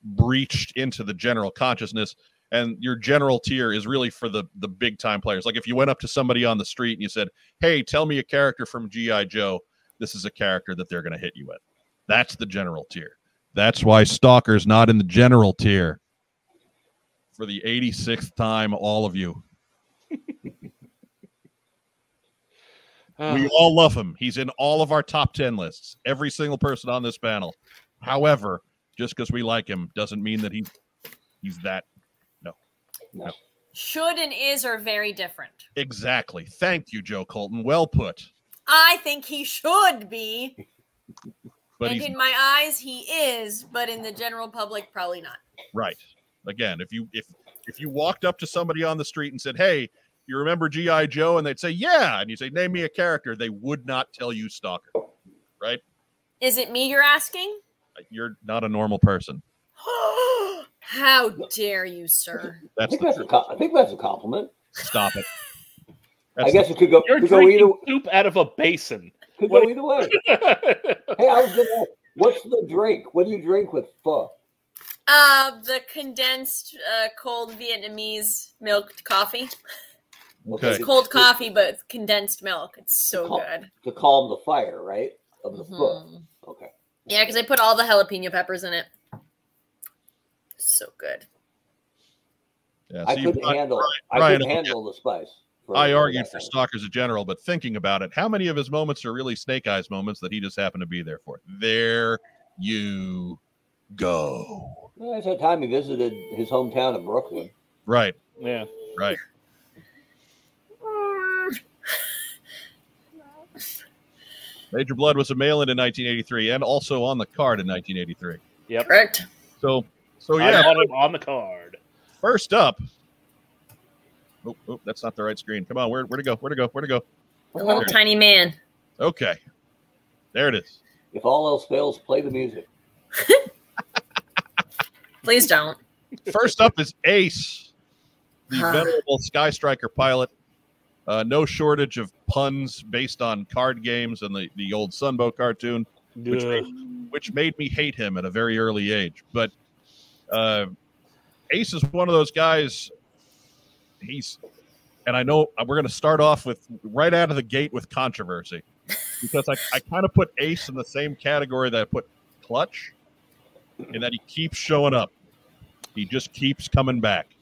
breached into the general consciousness. And your general tier is really for the the big time players. Like if you went up to somebody on the street and you said, "Hey, tell me a character from GI Joe," this is a character that they're going to hit you with. That's the general tier. That's why Stalker's not in the general tier. For the 86th time, all of you. Ah. We all love him. He's in all of our top 10 lists. Every single person on this panel However, just because we like him doesn't mean that he's he's that Should and is are very different. exactly. Thank you, Joe Colton. Well put. I think he should be. But and he's in my eyes, he is, but in the general public, probably not. Right. Again, if you if if you walked up to somebody on the street and said, "Hey, you remember GI Joe?" and they'd say, "Yeah," and you say, "Name me a character," they would not tell you Stalker. Is it me you're asking? You're not a normal person. How dare you, sir? I That's think the that's a truth. co- I think that's a compliment. Stop it. I That's guess it could go You're could go either drinking soup out of a basin. could what- go either way. Hey, I was gonna ask, what's the drink? What do you drink with pho? Uh, the condensed uh, cold Vietnamese milked coffee. the- okay. It's cold coffee, but it's condensed milk. It's so Cold. good. To calm the fire, right? Of the pho. Mhm. Okay. Yeah, because they put all the jalapeno peppers in it. So good. Yeah, I so you- couldn't I, handle I Ryan, couldn't okay. handle the spice. for- I for argued that for thing. Stalkers in general, but thinking about it, how many of his moments are really Snake Eyes moments that he just happened to be there for? There you go. Well, That's the time he visited his hometown of Brooklyn. Right. yeah. Right. Major Blood was a mail-in in 1983 and also on the card in 1983. Yep. Correct. So, so I Oh, yeah. bought him on the card. First up. Oh, oh, that's not the right screen. Come on, where where to go? Where to go? Where to go? A little tiny man. Okay, there it is. If all else fails, play the music. Please don't. First up is Ace, the Huh. venerable Sky Striker pilot. Uh, no shortage of puns based on card games and the, the old Sunbow cartoon, Which Ugh. which made me hate him at a very early age. But uh, Ace is one of those guys. He's, and I know we're going to start off with right out of the gate with controversy because I, I kind of put Ace in the same category that I put Clutch in that he keeps showing up. He just keeps coming back.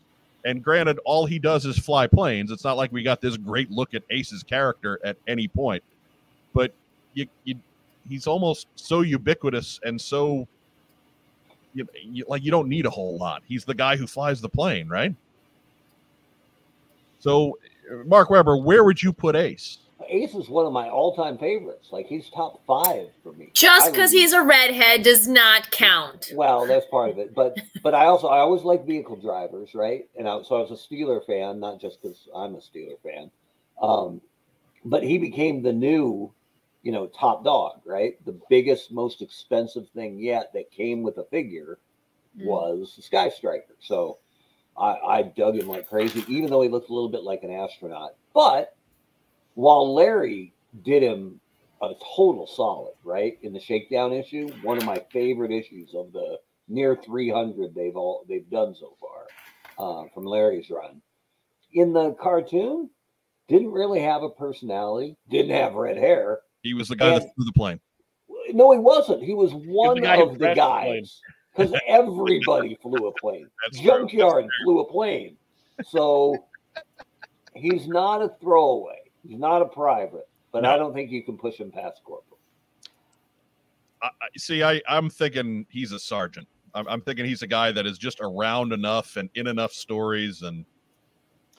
And granted, all he does is fly planes. It's not like we got this great look at Ace's character at any point. But you, you he's almost so ubiquitous and so you, you, like you don't need a whole lot. He's the guy who flies the plane, right? So, Mark Weber, where would you put Ace? Ace is one of my all-time favorites. Like he's top five for me. I Just because would- he's a redhead does not count. Well, that's part of it, but but I also I always like vehicle drivers, right? And I, so I was a Steeler fan, not just because I'm a Steeler fan. Um, but he became the new, you know, top dog, right? The biggest, most expensive thing yet that came with a figure Mm. was the Sky Striker. So I, I dug him like crazy, even though he looked a little bit like an astronaut. But while Larry did him a total solid, right? In the shakedown issue, one of my favorite issues of the near 300 they've all they've done so far uh, from Larry's run. In the cartoon, didn't really have a personality, didn't have red hair. He was the guy that And- flew the plane. No, he wasn't. He was one guy who of the crashed the plane. guys because everybody flew a plane. That's true. Junkyard flew a plane, so he's not a throwaway. He's not a private, but I don't think you can push him past corporal. I, I- see, I, I'm thinking he's a sergeant. I'm, I'm thinking he's a guy that is just around enough and in enough stories. And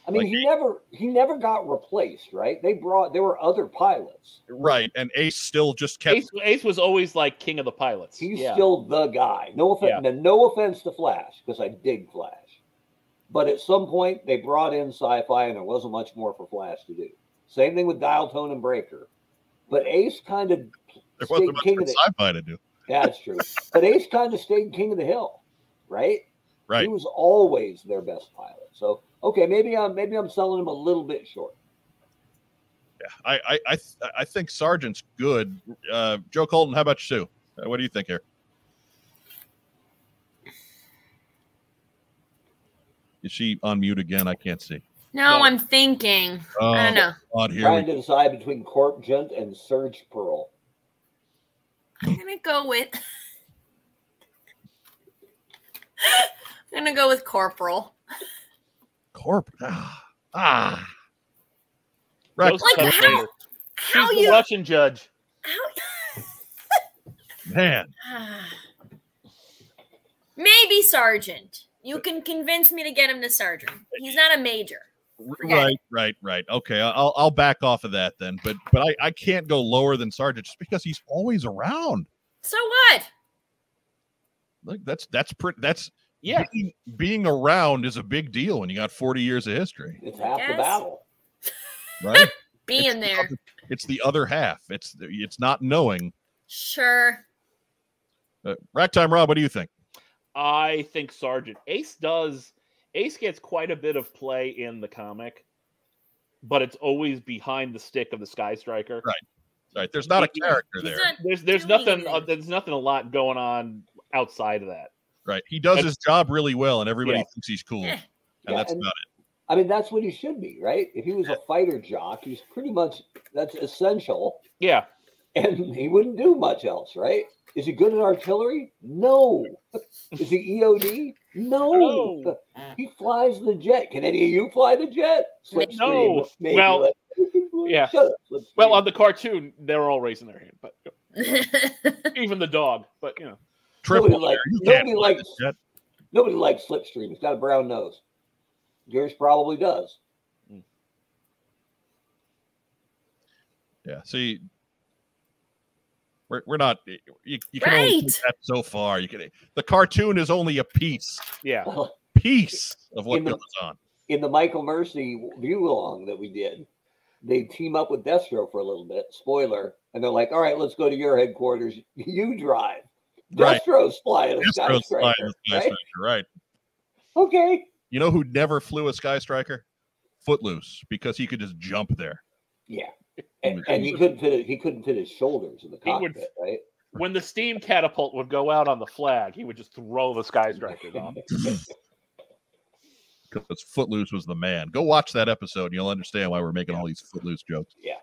I mean, Like- he never he never got replaced, right? They brought there were other pilots. right, and Ace still just kept. Ace, Ace was always like king of the pilots. He's yeah. still the guy. No offense, no offense to Flash because I dig Flash, but at some point they brought in sci-fi and there wasn't much more for Flash to do. Same thing with Dial Tone and Breaker, but Ace kind of There stayed wasn't much king for of the sci-fi to do. That's true. But Ace kind of stayed king of the hill, right? He Right. was always their best pilot. So okay, maybe I'm maybe I'm selling him a little bit short. Yeah. I, I, I, th- I think sergeant's good. Uh, Joe Colton, how about you? Uh, What do you think here? Is she on mute again? I can't see. No, No. I'm thinking. Oh, I don't know. God, here we Trying to decide between Corp Gent and Surge Pearl. I'm gonna go with. I'm gonna go with corporal. Corp. Ah. ah. Rex, Ghost Like, Hunter. how- She's How the you? Russian judge. How, man. Ah, Maybe sergeant. You can convince me to get him to sergeant. He's not a major. Forget Right, right, right. Okay, I'll I'll back off of that then. But but I, I can't go lower than Sergeant just because he's always around. So what? Look, that's that's pretty that's Yeah. being, being around is a big deal when you got 40 years of history, It's half the Yes. battle. right? Be It's in the there. other- it's the other half. It's the- it's not knowing. Sure. Uh, rack time, Rob. What do you think? I think Sergeant Ace does. Ace gets quite a bit of play in the comic, but it's always behind the stick of the Sky Striker. Right. All right, there's not a He's character He's there, not There's there's Doing nothing uh, anything. there's nothing a lot going on outside of that. right? He does and- his job really well, and everybody Yeah. thinks he's cool, Yeah. and Yeah, that's and- about I mean, that's what he should be, right? If he was a fighter jock, he's pretty much that's essential, Yeah. and he wouldn't do much else, right? Is he good at artillery? No. Is he EOD? No. No. He flies the jet. Can any of you fly the jet? Slipstream, No. Well, like- yeah. Shut up, Slipstream. Well, on the cartoon, they're all raising their hand, but He's even the dog. But you know, it. Triple, like- there, you nobody can't likes- this yet. nobody likes Slipstream. He's got a brown nose. Yours probably does. Yeah. See, we're, we're not. You, you can only take Right. that so far. You can. The cartoon is only a piece, yeah. piece of what In the- goes on. in the Michael Mercy view along that we did, they team up with Destro for a little bit. Spoiler, and they're like, "All right, let's go to your headquarters. You drive." Right. Destro's flying a Yes, Rose Fly skyscraper, and the Sky right? Striker, right. Okay. You know who never flew a Sky Striker? Footloose, because he could just jump there. Yeah, and, and he couldn't fit. It, he couldn't fit his shoulders in the He would- cockpit, right? When the steam catapult would go out on the flag, he would just throw the Sky Strikers off. Because Footloose was the man. Go watch that episode. And you'll understand why we're making all these Footloose jokes. Yeah.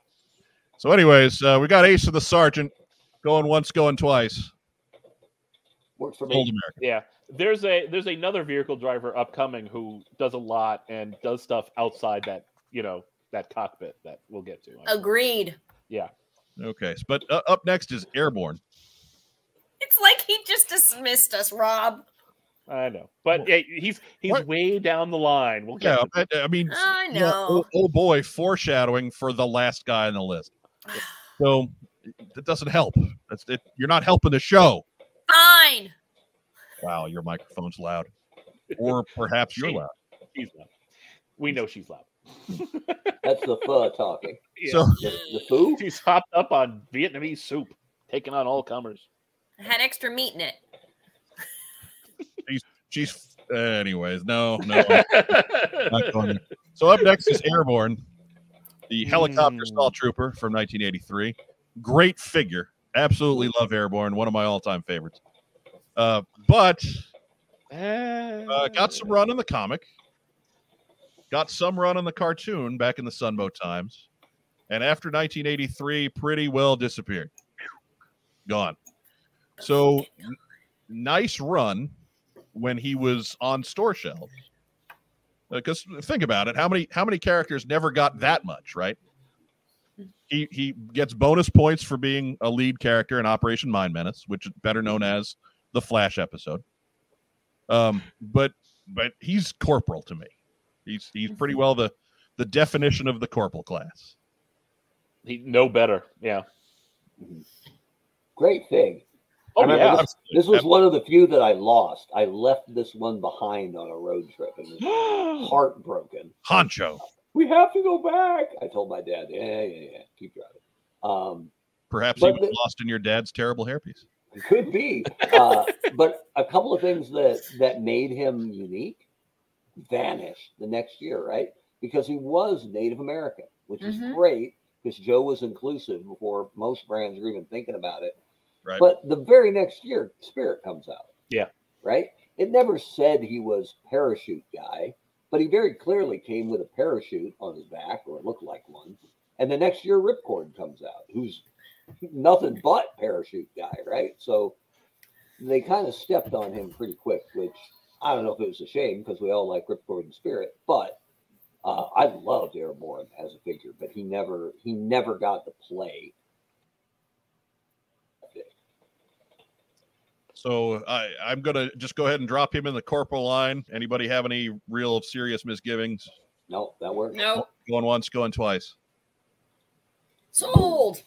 So, anyways, uh, we got Ace of the Sergeant going once, going twice. Worked for Old me. American. Yeah, there's a there's another vehicle driver upcoming who does a lot and does stuff outside that you know that cockpit that we'll get to. Oh. Agreed. Okay. s- But uh, up next is Airborne. It's like he just dismissed us, Rob. I know, but yeah, he's he's What? way down the line. We'll get Yeah. I, I mean, I Yeah, know. oh, oh boy, foreshadowing for the last guy on the list. So that doesn't help. That's it. You're not helping the show. Fine. Wow, your microphone's loud, or perhaps you're loud. to she's loud. We know she's loud. That's the pho talking. Yeah. So The, the foo. she's hopped up on Vietnamese soup, taking on all comers. I had extra meat in it. she's, anyways, no, no. not Uh, going there. So up next is Airborne, the helicopter Mm. stall trooper from 1983. Great figure. Absolutely love Airborne. One of my all-time favorites. Uh, but uh, got some run in the comic, got some run in the cartoon back in the Sunbow times, and after 1983, pretty well disappeared. Gone. So n- nice run when he was on store shelves. Because Uh, think about it, how many how many characters never got that much, right? He he gets bonus points for being a lead character in Operation Mind Menace, which is better known as the Flash episode. Um, but but he's corporal to me. He's he's pretty well the the definition of the corporal class. He no better. Yeah. Great thing. Oh remember yeah. This was one of the few that I lost. I left this one behind on a road trip and was heartbroken. Honcho, we have to go back. I told my dad, yeah, yeah, yeah, keep driving. Um, perhaps But he was the- lost in your dad's terrible hairpiece. it could be, uh, but a couple of things that that made him unique vanished the next year, right? Because he was Native American, which is Mhm. great because Joe was inclusive before most brands were even thinking about it. Right. But the very next year, Spirit comes out. Yeah. Right. It never said he was parachute guy, but he very clearly came with a parachute on his back, or looked like one. And the next year, Ripcord comes out, who's nothing but parachute guy, right? So they kind of stepped on him pretty quick, which I don't know if it was a shame because we all like Ripcord and Spirit, but uh, I loved Airborne as a figure, but he never he never got the play So I, I'm gonna just go ahead and drop him in the corporal line. Anybody have any real serious misgivings? No, that works. No. Going once, going twice. Sold.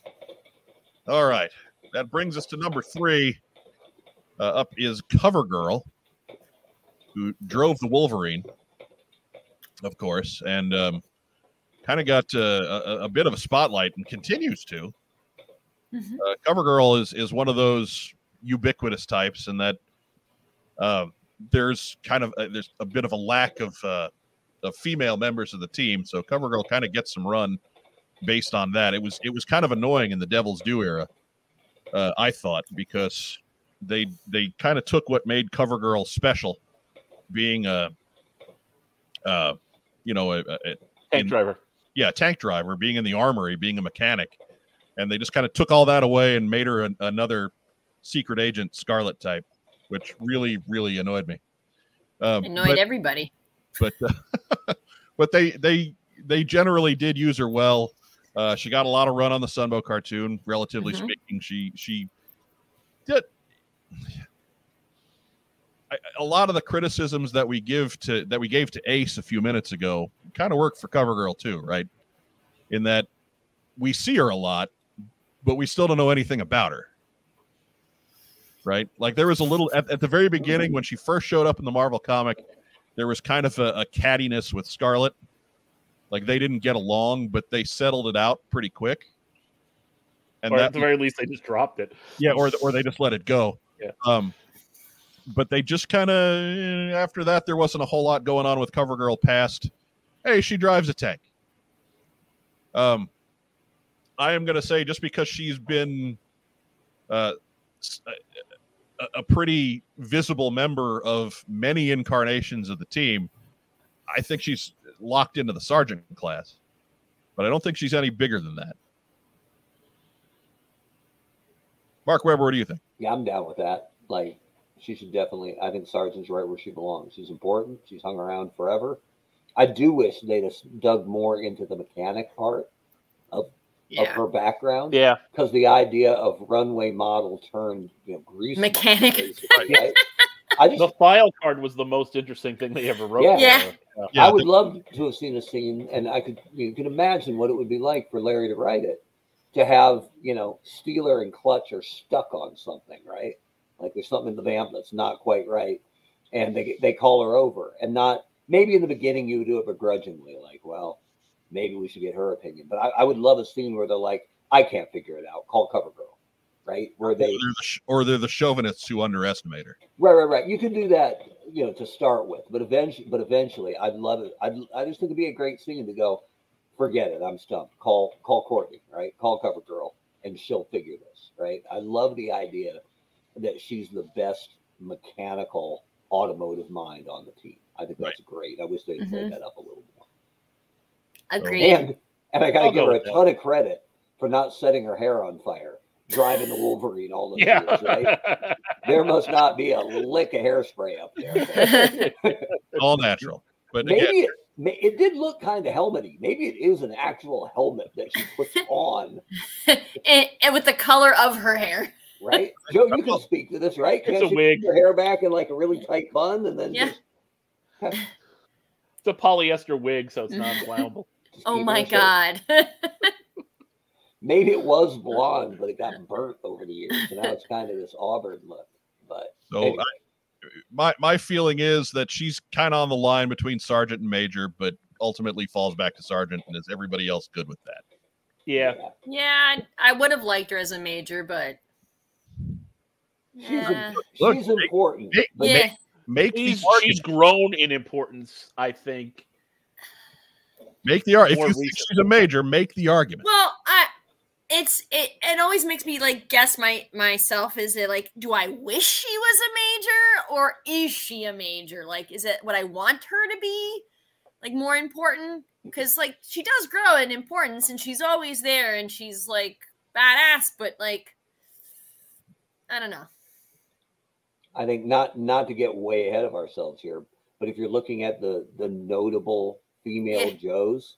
All right, that brings us to number three. Uh, up is Cover Girl, who drove the Wolverine, of course, and um, kind of got uh, a, a- a bit of a spotlight and continues to. Mhm. Uh, Covergirl is is one of those ubiquitous types, and that uh, there's kind of a, there's a bit of a lack of uh, of female members of the team, so Covergirl kind of gets some run based on that. It was it was kind of annoying in the Devil's Due era, uh, I thought, because they they kind of took what made Covergirl special, being a uh, you know a, a, Tank In- driver. yeah, tank driver, being in the armory, being a mechanic, and they just kind of took all that away and made her an, another secret agent, Scarlet type, which really, really annoyed me. Um, Annoyed but- everybody. but uh, but they they they generally did use her well. Uh, she got a lot of run on the Sunbow cartoon, relatively Mhm. speaking. She she did. I- A lot of the criticisms that we give to that we gave to Ace a few minutes ago kind of work for CoverGirl too, right? In that we see her a lot, but we still don't know anything about her. Right? Like there was a little at, at the very beginning when she first showed up in the Marvel comic, there was kind of a, a cattiness with Scarlet. Like they didn't get along, but they settled it out pretty quick. And or that at the very least, they just dropped it. yeah, or or they just let it go. Yeah. Um, but they just kind of after that, there wasn't a whole lot going on with CoverGirl past. Hey, she drives a tank. Um, I am gonna say just because she's been, uh, s- a, a- a pretty visible member of many incarnations of the team, I think she's locked into the sergeant class. But I don't think she's any bigger than that. Mark Webber, what do you think? Yeah, I'm down with that. Like, she should definitely. I think Sargent's right where she belongs. She's important. She's hung around forever. I do wish they'd have dug more into the mechanic part of Yeah. her background Yeah. because the idea of runway model turned you know grease Mechanic. basically, right? I just The file card was the most interesting thing they ever wrote. Yeah. Yeah. Uh, I would love to have seen a scene, and I could you can imagine what it would be like for Larry to write it, to have you know Steeler and Clutch are stuck on something, right? Like there's something in the vamp that's not quite right, and they they call her over, and not maybe in the beginning you would do it begrudgingly, like well, maybe we should get her opinion, but I, I would love a scene where they're like, I can't figure it out, call Cover Girl, right? Where or they they're, the sh- or they're the chauvinists who underestimate her. Right, right, right. You can do that, you know, to start with, but eventually, but eventually, I'd love it. I'd, I just think it'd be a great scene to go. Forget it. I'm stumped. Call, call Courtney, right? Call Cover Girl, and she'll figure this, right? I love the idea that she's the best mechanical automotive mind on the team. I think that's great. I wish they'd Mhm. played that up a little more. Agreed. And and I got to I'll give go her a with that. ton of credit for not setting her hair on fire driving the Wolverine all those yeah. years, right? There must not be a lick of hairspray up there. All natural. But again, Maybe it, ma- it did look kind of helmety. Maybe it is an actual helmet that she puts on, and, and with the color of her hair. right? Joe, you can speak to this, right? It's Can't a she put wig. Your hair back in like a really tight bun, and then Yeah. just, it's a polyester wig, so it's non flammable. just Oh keep my it in shape. god. Maybe it was blonde, but it got burnt over the years, so now it's kind of this auburn look. But so I, my my feeling is that she's kind of on the line between sergeant and major, but ultimately falls back to sergeant. And is everybody else good with that? Yeah. yeah, I would have liked her as a major, but she's, yeah. im- Look, she's they- important. they- but yeah. Make She's, the argument. she's grown in importance, I think. Make the argument. more If you think recent. she's a major, make the argument. Well, I it's it, it always makes me like guess my myself is it like do I wish she was a major or is she a major? Like is it what I want her to be? Like more important because like she does grow in importance and she's always there and she's like badass but like I don't know. I think not not to get way ahead of ourselves here, but if you're looking at the the notable female Yeah. Joes,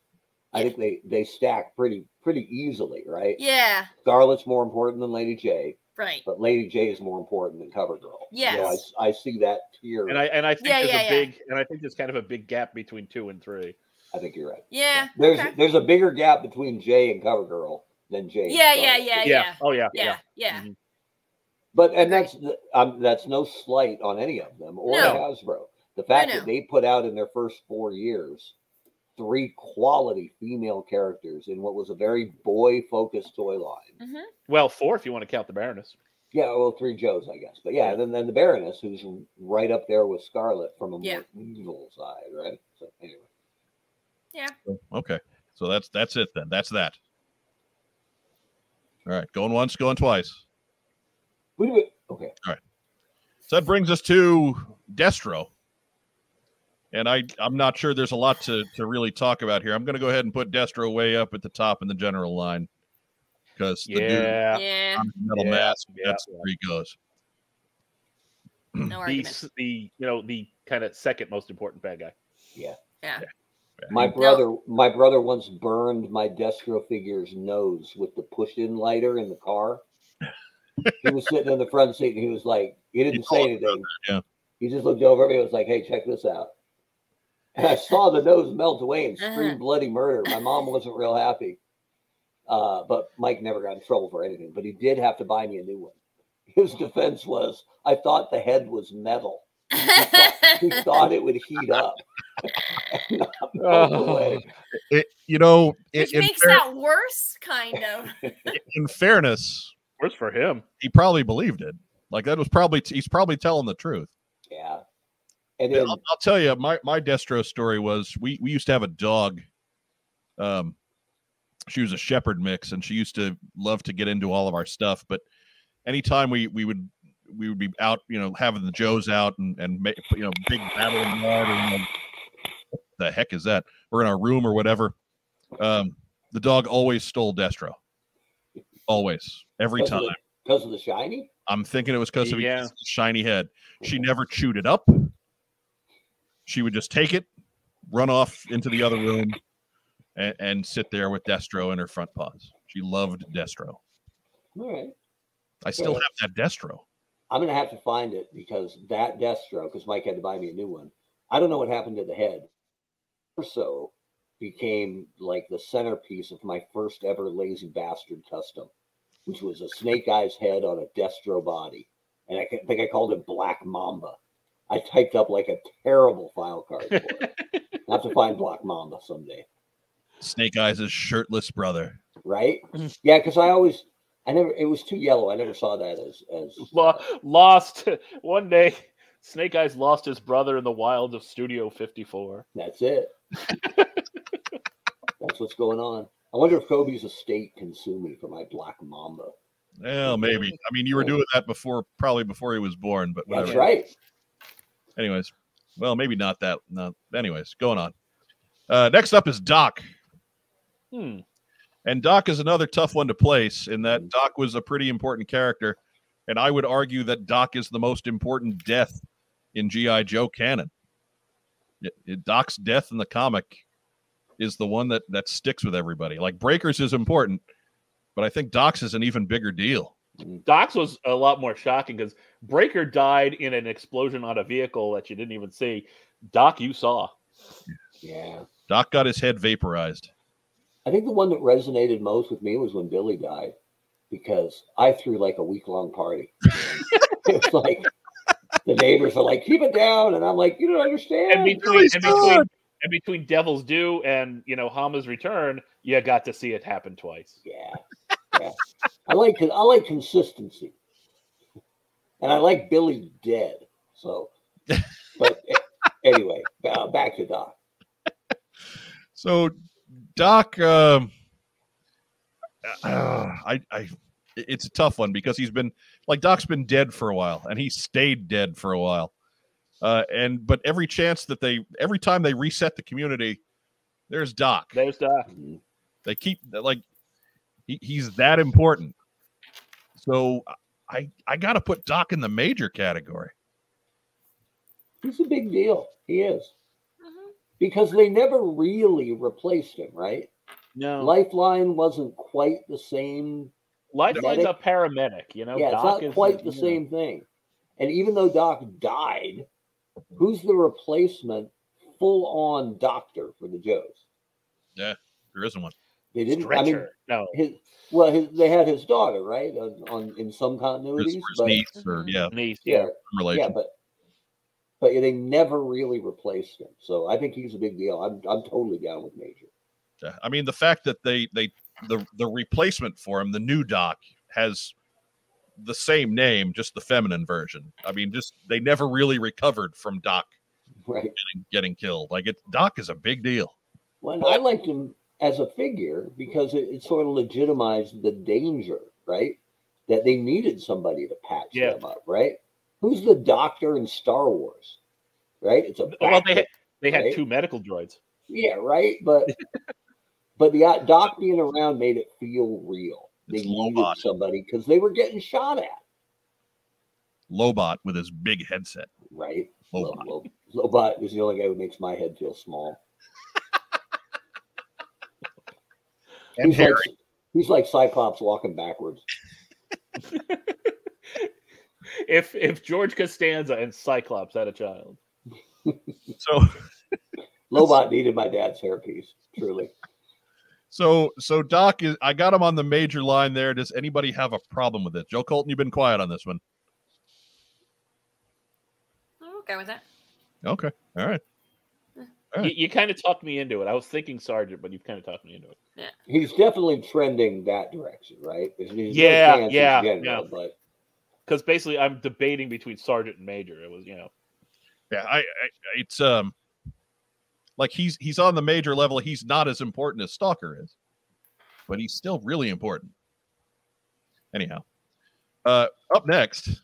I think they they stack pretty pretty easily, right? Yeah. Scarlett's more important than Lady J. Right. but Lady J is more important than Cover Girl. Yes. I, I see that tier. And I and I think Yeah, there's yeah, a yeah. big and I think there's kind of a big gap between two and three. I think you're right. Yeah. There's okay. there's a bigger gap between Jay and Cover Girl than Jay. and Yeah, Star. yeah, yeah, yeah, yeah. yeah, Oh yeah. yeah, Mhm. But and that's the- um, that's no slight on any of them or No. Hasbro. The fact no. that they put out in their first four years three quality female characters in what was a very boy focused toy line. Mhm. Well, four if you want to count the Baroness. Yeah, well, three Joes, I guess. But yeah, then then the Baroness, who's right up there with Scarlet from a Yeah. more evil side, right? So anyway, Okay. So that's that's it then. That's that. All right. Going once, going twice. Wait a minute. okay. So that brings us to Destro. And I, I'm not sure there's a lot to, to really talk about here. I'm going to go ahead and put Destro way up at the top in the general line because the dude, Yeah. yeah. on the metal Yeah, mask, yeah, that's yeah. where he goes. No The, argument. s- the you know the kind of second most important bad guy. My brother, my brother once burned my Destro figure's nose with the push-in lighter in the car. he was sitting in the front seat, and he was like, he didn't say told me about anything. that, yeah. He just looked over at me and was like, "Hey, check this out." And I saw the nose melt away and scream Uh-huh. bloody murder. My mom wasn't real happy, uh, but Mike never got in trouble for anything. But he did have to buy me a new one. His defense was, "I thought the head was metal. He thought it would heat up." and not melt Oh, Oh. away. It, you know, in, Which in makes fair- that worse, kind of. in fairness, Worse for him. he probably believed it. Like that was probably, he's probably telling the truth. Yeah. And Yeah, then, I'll, I'll tell you, my my Destro story was we we used to have a dog. Um, she was a shepherd mix, and she used to love to get into all of our stuff. But anytime we we would we would be out, you know, having the Joes out and and make, you know big battle and yard and um, what the heck is that? We're in our room or whatever. Um, the dog always stole Destro. Always, every Because of time. the- because of the shiny? I'm thinking it was because of Yeah. his shiny head. She never chewed it up. She would just take it, run off into the other room, and, and sit there with Destro in her front paws. She loved Destro. All right. I still have that Destro. I'm going to have to find it because that Destro, because Mike had to buy me a new one. I don't know what happened to the head. Torso became like the centerpiece of my first ever lazy bastard custom, which was a snake eyes head on a Destro body. And I ca- think I called it Black Mamba. I typed up like a terrible file card for it. I have to find Black Mamba someday. Snake Eyes' shirtless brother. right? Yeah, because I always, I never, it was too yellow. I never saw that as as Lo- lost one day. Snake Eyes lost his brother in the wilds of Studio 54. that's it. that's what's going on. I wonder if Kobe's estate can sue me for my black mamba. Well, maybe. I mean, you were doing that before, probably before he was born, but whatever. That's right. Anyways, well, maybe not that. Not. Anyways, going on. Uh, next up is Doc. Hmm. And Doc is another tough one to place in that Doc was a pretty important character. And I would argue that Doc is the most important death in G.I. Joe canon. It- it- Doc's death in the comic is the one that, that sticks with everybody. Like Breakers is important, but I think Doc's is an even bigger deal. Docs was a lot more shocking because Breaker died in an explosion on a vehicle that you didn't even see. Doc, you saw. Yeah, Doc got his head vaporized. I think the one that resonated most with me was when Billy died because I threw like a week long party. it was like the neighbors are like, "Keep it down," and I'm like, "You don't understand." And between, and between, and between Devil's Due and you know Hama's Return, you got to see it happen twice. Yeah. yeah. I like I like consistency. And I like Billy dead. So but a- anyway, uh, back to Doc. So, Doc, um, uh, I, I, it's a tough one because he's been like Doc's been dead for a while, and he stayed dead for a while. Uh, and but every chance that they, every time they reset the community, there's Doc. They, There's Doc. keep like he, he's that important. So I, I got to put Doc in the major category. He's a big deal. He is. Mhm. Because they never really replaced him, right? No, Lifeline wasn't quite the same Lightfoot's Medic- a paramedic, you know. yeah, Doc it's is not quite the you know, same thing. And even though Doc died, who's the replacement full on doctor for the Joes? There isn't one. They didn't. Stretcher. I mean, no, his well, his, they had his daughter, right? On, on in some It's continuities, for his but niece or Mhm. yeah, niece, yeah. yeah, some relation. yeah, but but they never really replaced him. So I think he's a big deal. I'm I'm totally down with Major. Yeah. I mean, the fact that they they the the replacement for him, the new doc, has the same name, just the feminine version. I mean, just they never really recovered from Doc Right. getting killed. Like it, Doc is a big deal. Well, I liked him as a figure because it, it sort of legitimized the danger, right? That they needed somebody to patch Yeah. them up, right? Who's the doctor in Star Wars? Right? It's a Well, they back- had, they had right? two medical droids. yeah, right. But but the uh, doc being around made it feel real. They It's needed Lobot. somebody because they were getting shot at, Lobot with his big headset. right? Lo- Lobot. Lo- Lobot is the only guy who makes my head feel small. And he's, like, Harry. he's like Cyclops walking backwards. If if George Costanza and Cyclops had a child, So Lobot needed my dad's hairpiece, truly. So, so Doc is. I got him on the major line there. Does anybody have a problem with it? Joe Colton, you've been quiet on this one. I'm okay with that. Okay, all right. you, you kind of talked me into it. I was thinking Sergeant, but you've kind of talked me into it. He's definitely trending that direction, right? There's- there's no Yeah, chance in yeah, general, yeah. But Because basically, I'm debating between Sergeant and Major. It was you know, Yeah, I, I it's um, like he's he's on the major level. He's not as important as Stalker is, but he's still really important. Anyhow, uh, up next,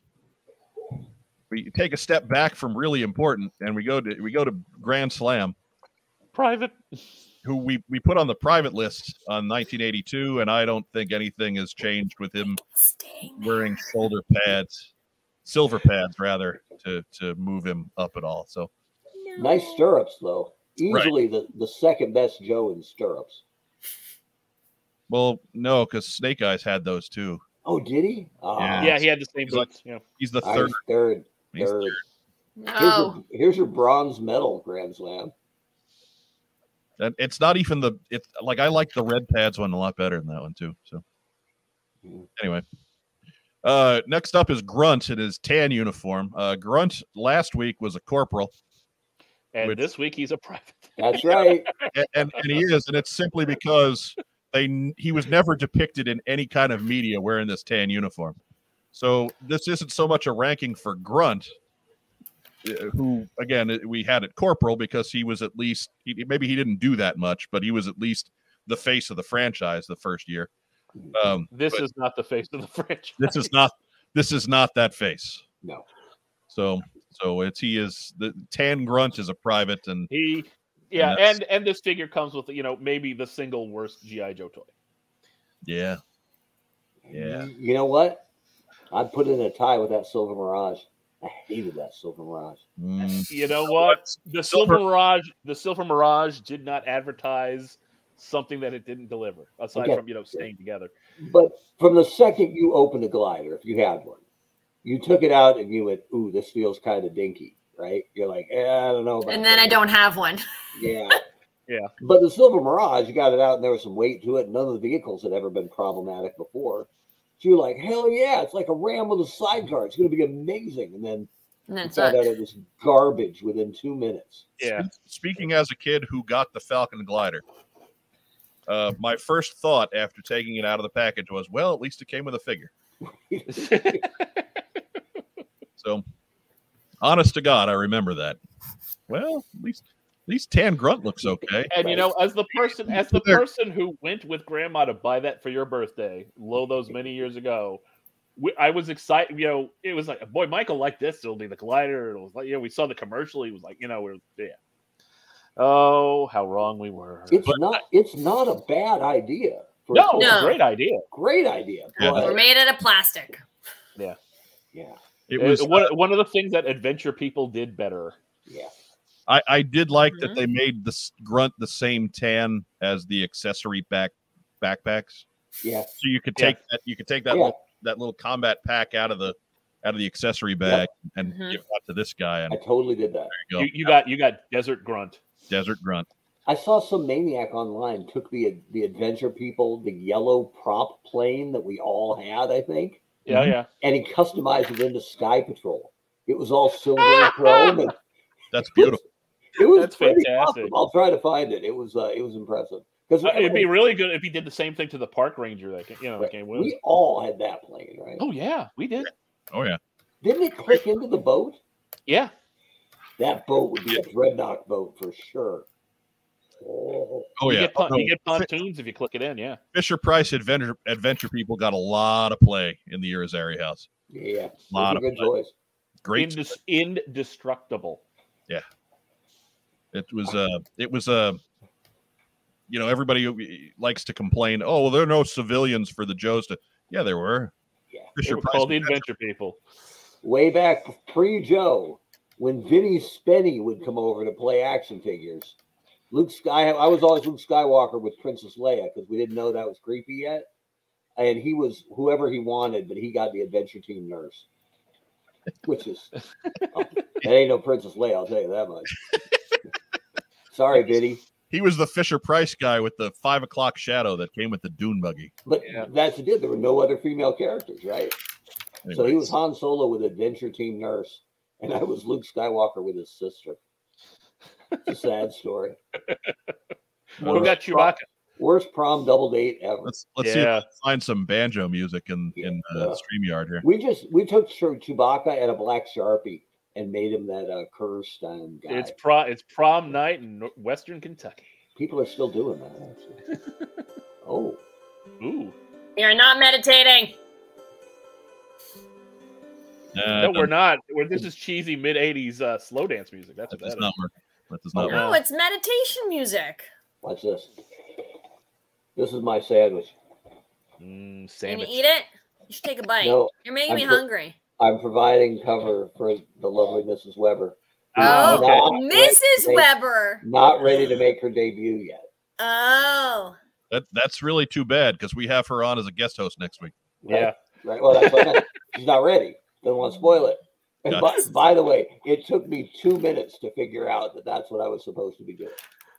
we take a step back from really important, and we go to we go to Grand Slam. private. who we, we put on the private list on 1982, and I don't think anything has changed with him Staying. wearing shoulder pads, silver pads rather, to to move him up at all. So nice stirrups, though. Right. Easily the, the second best Joe in stirrups. well, no, because Snake Eyes had those too. Oh, did he? Ah, Yeah, he had the same He's like- boots. you know. He's the I third. was third. He's Third. Here's, No. your, here's your bronze medal, Grand Slam. and it's not even the it's like I like the red pads one a lot better than that one too. So Mhm. anyway. Uh next up is Grunt in his tan uniform. Uh Grunt last week was a corporal. And Which- this week he's a private. That's right. and, and, and he is, and it's simply because they n- he was never depicted in any kind of media wearing this tan uniform. So this isn't so much a ranking for Grunt, uh, who again uh, we had at corporal because he was at least he, maybe he didn't do that much, but he was at least the face of the franchise the first year. Um, This But- is not the face of the franchise. this is not this is not that face. No. So so it's he is the tan grunt is a private and He, yeah, that's- and and this figure comes with you know maybe the single worst GI Joe toy. yeah yeah You know what? I put in a tie with that Silver Mirage. I hated that Silver Mirage. Mm. You know what? The Silver, Silver- Mirage, the Silver Mirage did not advertise something that it didn't deliver, aside Okay. from you know staying together. But from the second you opened the glider, if you had one, you took it out and you went, "Ooh, this feels kind of dinky," right? You're like, eh, "I don't know." About And then I that." don't have one. Yeah. Yeah. But the Silver Mirage, you got it out and there was some weight to it. None of the vehicles had ever been problematic before. So you're like, "Hell yeah!" It's like a ram with a sidecar. It's going to be amazing. And then And then you it's found not. out it was garbage within two minutes. Yeah, speaking as a kid who got the Falcon glider, uh, my first thought after taking it out of the package was, well, at least it came with a figure. So, honest to God, I remember that. Well, at least at least Tan Grunt looks okay. and you Right. know, as the person, as the There. person who went with Grandma to buy that for your birthday, low those many years ago. We, I was excited, you know. It was like, boy, Michael liked this. It'll be the glider. It was like, yeah, we saw the commercial. He was like, you know, we're yeah. Oh, how wrong we were. It's not. It's not a bad idea. For No, it's a No. great idea. great idea. Yeah. We're But, made out of plastic. yeah, It It was. was Uh, uh, one, one of the things that adventure people did better. yeah. I, I did like that Mhm. they made the s- Grunt the same tan as the accessory back backpacks. Yeah. So you could Yeah. take that you could take that Yeah. little, that little combat pack out of the out of the accessory bag and Mhm. give that to this guy and I totally did that. go You, you got you got Desert Grunt. desert grunt. I saw some maniac online took the the adventure people the yellow prop plane that we all had, I think, Yeah, Mhm. yeah. and he customized it into Sky Patrol. It was all silver and chrome. and That's beautiful. It was That's pretty fantastic. awesome. I'll try to find it. It was uh, it was impressive because Uh, It'd be really good if he did the same thing to the park ranger that ca- you know that came with. us. we all had that plane, right? Oh yeah, we did. Oh yeah. Didn't it click into the boat? Yeah, That boat would be a dreadnought boat for sure. Oh, Oh you yeah. Get pon- No, You get pontoons if you click it in. Yeah, Fisher Price adventure adventure people got a lot of play in the Irizarry house. yeah, those Lot are of good fun. choice. Great. Indis- indestructible. It was uh it was uh you know everybody likes to complain, "Oh, there are no civilians for the Joes to." Yeah, there were. Yeah. They Fisher were Price called the adventure people. Way back pre Joe, when Vinny Spenny would come over to play action figures. Luke Sky, I was always Luke Skywalker with Princess Leia because we didn't know that was creepy yet. And he was whoever he wanted, but he got the adventure team nurse, which is oh, that ain't no Princess Leia. I'll tell you that much. Sorry, Vinny. He was the Fisher Price guy with the five o'clock shadow that came with the dune buggy. But Yeah. that's it. There were no other female characters, right? So he was Han Solo with Adventure Team Nurse, and I was Luke Skywalker with his sister. It's a sad story. Well, Who got Chewbacca? Worst prom double date ever. Let's let's see if yeah, find some banjo music in in uh, Yeah. Streamyard here. We just we took Che- Chewbacca and a black sharpie and made him that uh, Kirstein guy. it's prom. It's prom night in Nor- Western Kentucky. People are still doing that. Actually. oh, Ooh, You're not meditating. Nah, no, it we're not. We're, this is cheesy mid '80s uh, slow dance music. That's doesn't- That what does that not is. work. That does not Yeah. work. No, Oh, it's meditation music. watch this. This is my sandwich. Mm, Can you sandwich. eat it? You should take a bite. No, You're making I'm me go- hungry. I'm providing cover for the lovely Mrs. Weber. Ah, Oh, okay. Mrs. Thank- Weber. Not ready to make her debut yet. Oh, That that's really too bad because we have her on as a guest host next week. right? Yeah. Right. Well, that's what I meant. She's not ready. Don't want to spoil it. And by, Gotcha. by the way, it took me two minutes to figure out that that's what I was supposed to be doing.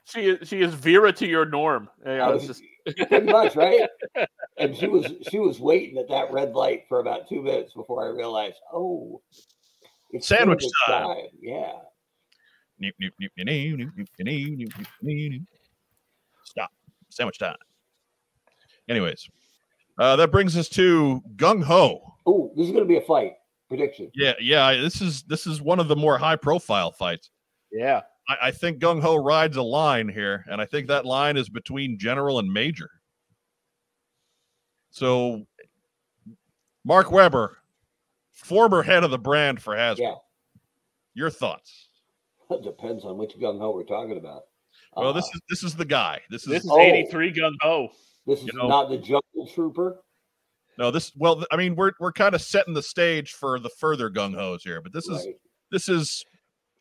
She is, she is Vera to your norm. Yeah, I it's was- just- Pretty much, right? And she was she was waiting at that red light for about two minutes before I realized, oh, it's Sandwich sandwich time. Yeah. Noop, noop, noop, noop, noop, noop, noop, noop, noop, noop, noop, noop. Stop. Sandwich time. Anyways, uh, that brings us to Gung Ho. Oh, this is going to be a fight prediction. Yeah, yeah. I- This is this is one of the more high profile fights. yeah. I, I think Gung Ho rides a line here, and I think that line is between general and major. So, Mark Weber, former head of the brand for Hasbro, Yeah. your thoughts? That depends on which gung ho we're talking about. Well, this Uh, is this is the guy. This is, This is Oh. '83 gun. Oh, this is you know- not the jungle trooper. no this. Well, th- I mean, we're we're kind of setting the stage for the further Gung Ho's here, but this is right? this is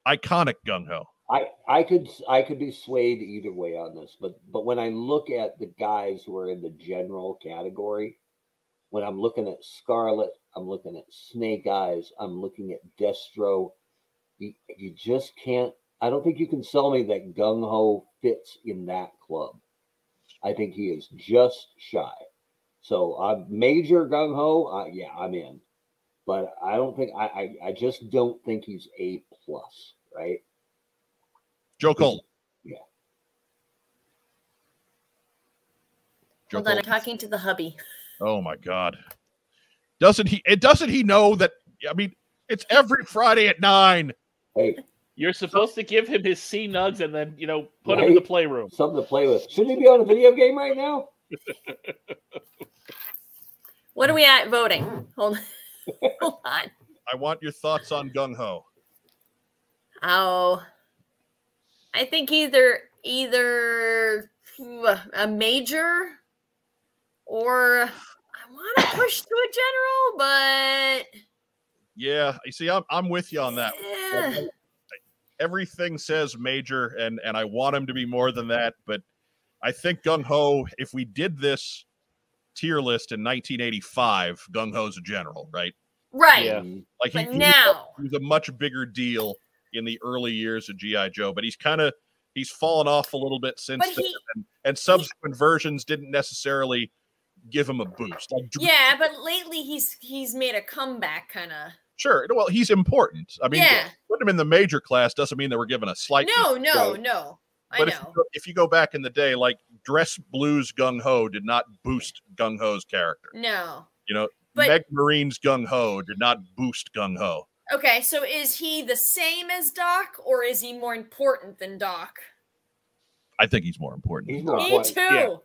iconic Gung Ho. I I could I could be swayed either way on this, but but when I look at the guys who are in the general category, when I'm looking at Scarlet, I'm looking at Snake Eyes, I'm looking at Destro. You, you just can't. I don't think you can sell me that Gung Ho fits in that club. I think he is just shy. So I'm major Gung Ho. Uh, yeah, I'm in, but I don't think I, I I just don't think he's a plus. Right. Joe Cole. Yeah. Joe hold on. I'm Cole. talking to the hubby. Oh my God. Doesn't he? It doesn't he know that? I mean, it's every Friday at nine. Hey, you're supposed to give him his C nugs and then you know put him in the Right. playroom. something to play with. Shouldn't he be on a video game right now? What are we at voting? Hold on. hold on. I want your thoughts on Gung Ho. Oh, I think either either a major or I want to push to a general, but Yeah, you see, I'm I'm with you on that. Eh, Everything says major, and and I want him to be more than that. But I think Gung Ho. If we did this tier list in 1985, Gung Ho's a general, right? Right. Yeah. Like he, But he was- now, he was a much bigger deal in the early years of GI Joe, but he's kind of he's fallen off a little bit since but then, he, and subsequent versions didn't necessarily give him a boost. Like, Dr- yeah, but lately he's he's made a comeback, kind of. sure, well, he's important. I mean, Yeah. putting him in the major class doesn't mean that we're giving a slight. No, no, right. no. I but if you, know. go, if you go back in the day, like Dress Blues Gung Ho did not boost Gung Ho's character. No. You know, But Meg Marine's Gung Ho did not boost Gung Ho. okay, so is he the same as Doc, or is he more important than Doc? I think he's more important. He's not Me quite- too. yeah.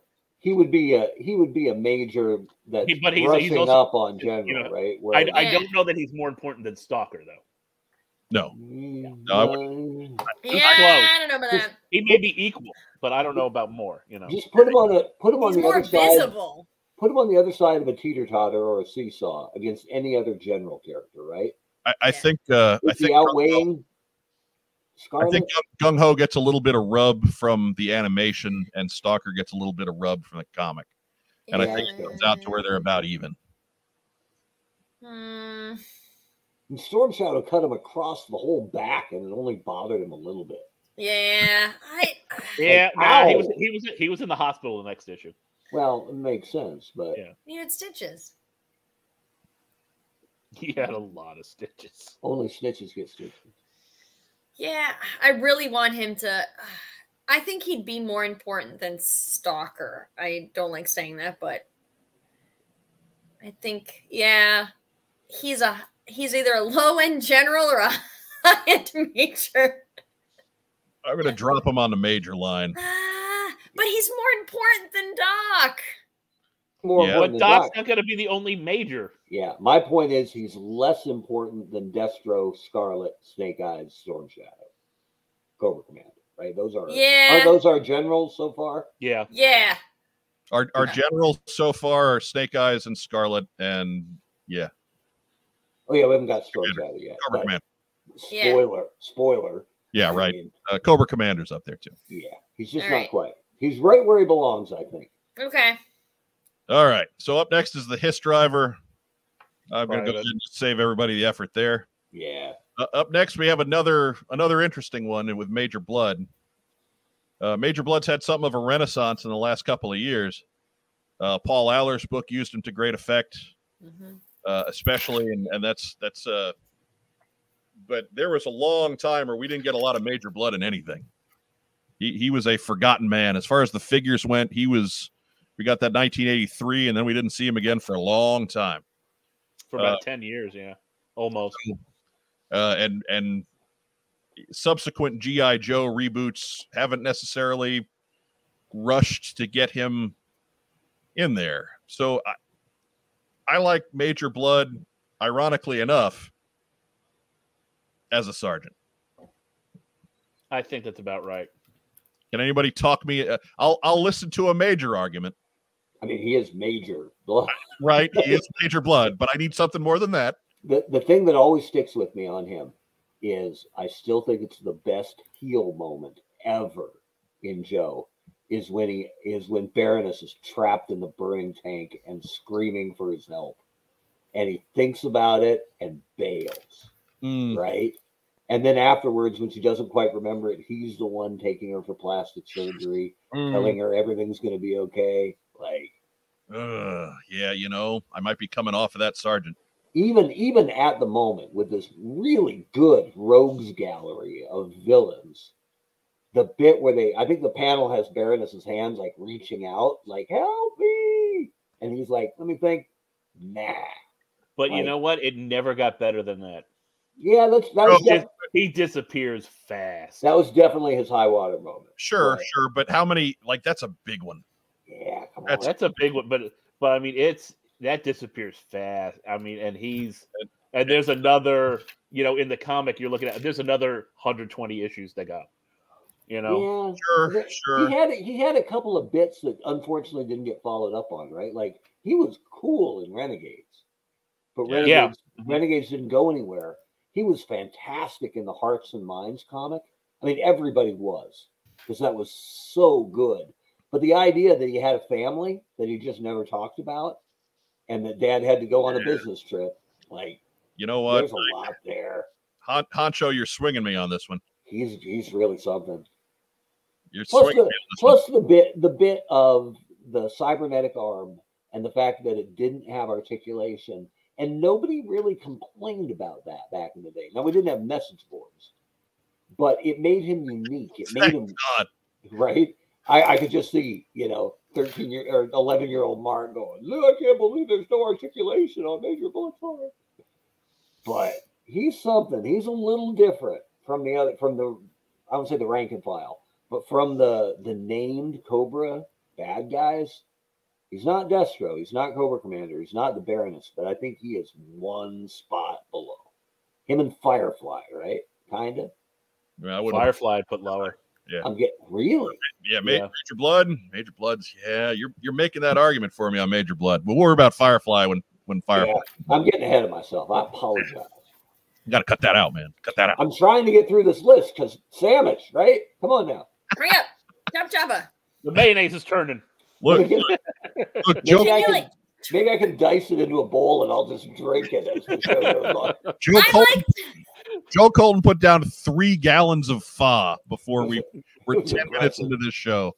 He would be a he would be a major that's He- but he's- brushing he's also- up on general, know, right? I, Whereas- I don't know that he's more important than Stalker though. no, Mm, No, I Yeah, close. I don't know about Just- that. He may be equal, but I don't know about more. You know, Just put him on a put him on He's the more other side. visible. Put him on the other side of a teeter totter or a seesaw against any other general character, right? I, I Yeah. think uh, I Is he think Gung Ho- outweighing I Scarlet? think Gung Ho gets a little bit of rub from the animation, and Stalker gets a little bit of rub from the comic, and I think it comes out to where they're about even. Hmm. And Storm Shadow cut him across the whole back, and it only bothered him a little bit. Yeah, I. yeah, nah, he ow. was he was he was in the hospital the next issue. Well, it makes sense, but Yeah. Needed stitches. He had a lot of stitches. only snitches get stitches. Yeah, I really want him to. I think he'd be more important than Stalker. I don't like saying that, but I think yeah, he's a he's either a low end general or a high end major. I'm gonna drop him on the major line. Ah, but he's more important than Doc. More Yeah. But important than Doc's Doc. not going to be the only major. Yeah, my point is he's less important than Destro, Scarlet, Snake Eyes, Storm Shadow, Cobra Commander. Right? Those are Yeah. are those our generals so far. Yeah, Yeah, Our our generals so far are Snake Eyes and Scarlet, and Oh yeah, we haven't got Storm Shadow yet. Cobra but Commander. Yeah. Spoiler, spoiler. Yeah, I right. mean, Uh, Cobra Commander's up there too. yeah, he's just All not right. quite. He's right where he belongs, I think. okay. All right. So up next is the Hiss Driver. I'm gonna go Private. ahead and just save everybody the effort there. Yeah. Uh, up next, we have another another interesting one with Major Blood. Uh, Major Blood's had something of a renaissance in the last couple of years. Uh, Paul Aller's book used him to great effect, Mhm. uh, especially, and and that's that's. Uh, but there was a long time where we didn't get a lot of Major Blood in anything. He he was a forgotten man as far as the figures went. He was. We got that 1983, and then we didn't see him again for a long time. for about ten years. Yeah, almost. uh, and and subsequent GI Joe reboots haven't necessarily rushed to get him in there. So I, I like Major Blood, ironically enough, as a sergeant. I think that's about right. Can anybody talk me? Uh, I'll I'll listen to a major argument, I mean, he is major. The, right? He is Major Blood, but I need something more than that. the, the thing that always sticks with me on him is I still think it's the best heel moment ever in Joe is when he is when Baroness is trapped in the burning tank and screaming for his help. And he thinks about it and bails, Hmm. right? And then afterwards, when she doesn't quite remember it, he's the one taking her for plastic surgery, Hmm. telling her everything's gonna be okay. Like Ugh, yeah, you know, I might be coming off of that sergeant. even even at the moment with this really good rogues gallery of villains the bit where they i think the panel has baroness's hands like reaching out like help me and he's like let me think nah But you Right. know what? It never got better than that. yeah that's that was, Okay. def- He disappears fast. that was definitely his high water moment Sure, Right. sure, but how many? Like that's a big one. yeah come on That's- That's a big one, but but I mean it's that disappears fast. I mean, and he's and there's another, you know, in the comic you're looking at. There's another 120 issues they got. You know, yeah Sure, Th- sure. He had he had a couple of bits that unfortunately didn't get followed up on, right? Like he was cool in Renegades, but Yeah. Renegades, Yeah. Renegades didn't go anywhere. He was fantastic in the Hearts and Minds comic. I mean, everybody was because that was so good. But the idea that he had a family that he just never talked about, and that dad had to go on a business trip, like You know what? there's a lot there. Hon- Honcho, you're swinging me on this one. He's he's really something. You're Plus swinging me the on this one. plus the bit the bit of the cybernetic arm and the fact that it didn't have articulation, and nobody really complained about that back in the day. Now we didn't have message boards, but it made him unique. It made him God. right? I, I could just see, you know, 13 year or 11 year old Martin going, Look, I can't believe there's no articulation on Major Bloodfire. But he's something. He's a little different from the other, from the, I would say the rank and file, but from the the named Cobra bad guys. He's not Destro. He's not Cobra Commander. He's not the Baroness, but I think he is one spot below. Him and Firefly, right? Kinda. I, mean, I would have Firefly put lower. I'm getting really. yeah, Ma- Yeah. Major Blood, Major Bloods. Yeah, you're you're making that argument for me on Major Blood. We'll worry about Firefly when when Firefly. Yeah, I'm getting ahead of myself. I apologize. You got to cut that out, man. Cut that out. I'm trying to get through this list because sandwich, right? Come on now. Hurry up. Jabba Jabba. The mayonnaise is turning. Look, maybe, look, Joe, Can I you do can, it? maybe I can dice it into a bowl and I'll just drink it as the show goes on. Joe I Colton, like Joe Colton put down three gallons of fa before we were Those are ten minutes impressive. into this show.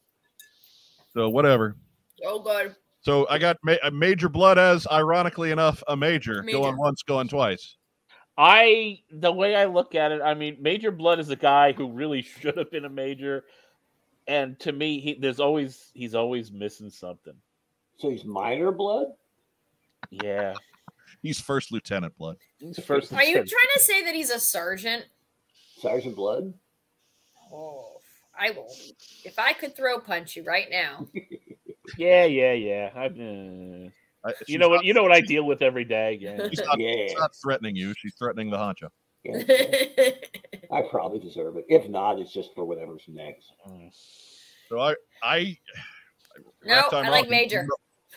So whatever. Oh god. So I got ma- a Major Blood as, ironically enough, a major. Major. Going once, going twice. I the way I look at it, I mean, Major Blood is a guy who really should have been a major, and to me, he there's always he's always missing something. So he's minor blood. Yeah, He's first lieutenant blood. he's first. and Are you trying tenth. to say that he's a sergeant? Sergeant Blood. Oh, I will. If I could throw punch you right now, Yeah, yeah, yeah. I, uh, I- you she's know what? not- You know what I deal with every day. Yeah. She's not, Yeah. she's not threatening you. She's threatening the honcho. Yeah, I probably deserve it. If not, it's just for whatever's next. Uh, So I, I. No, last time I like out, Major.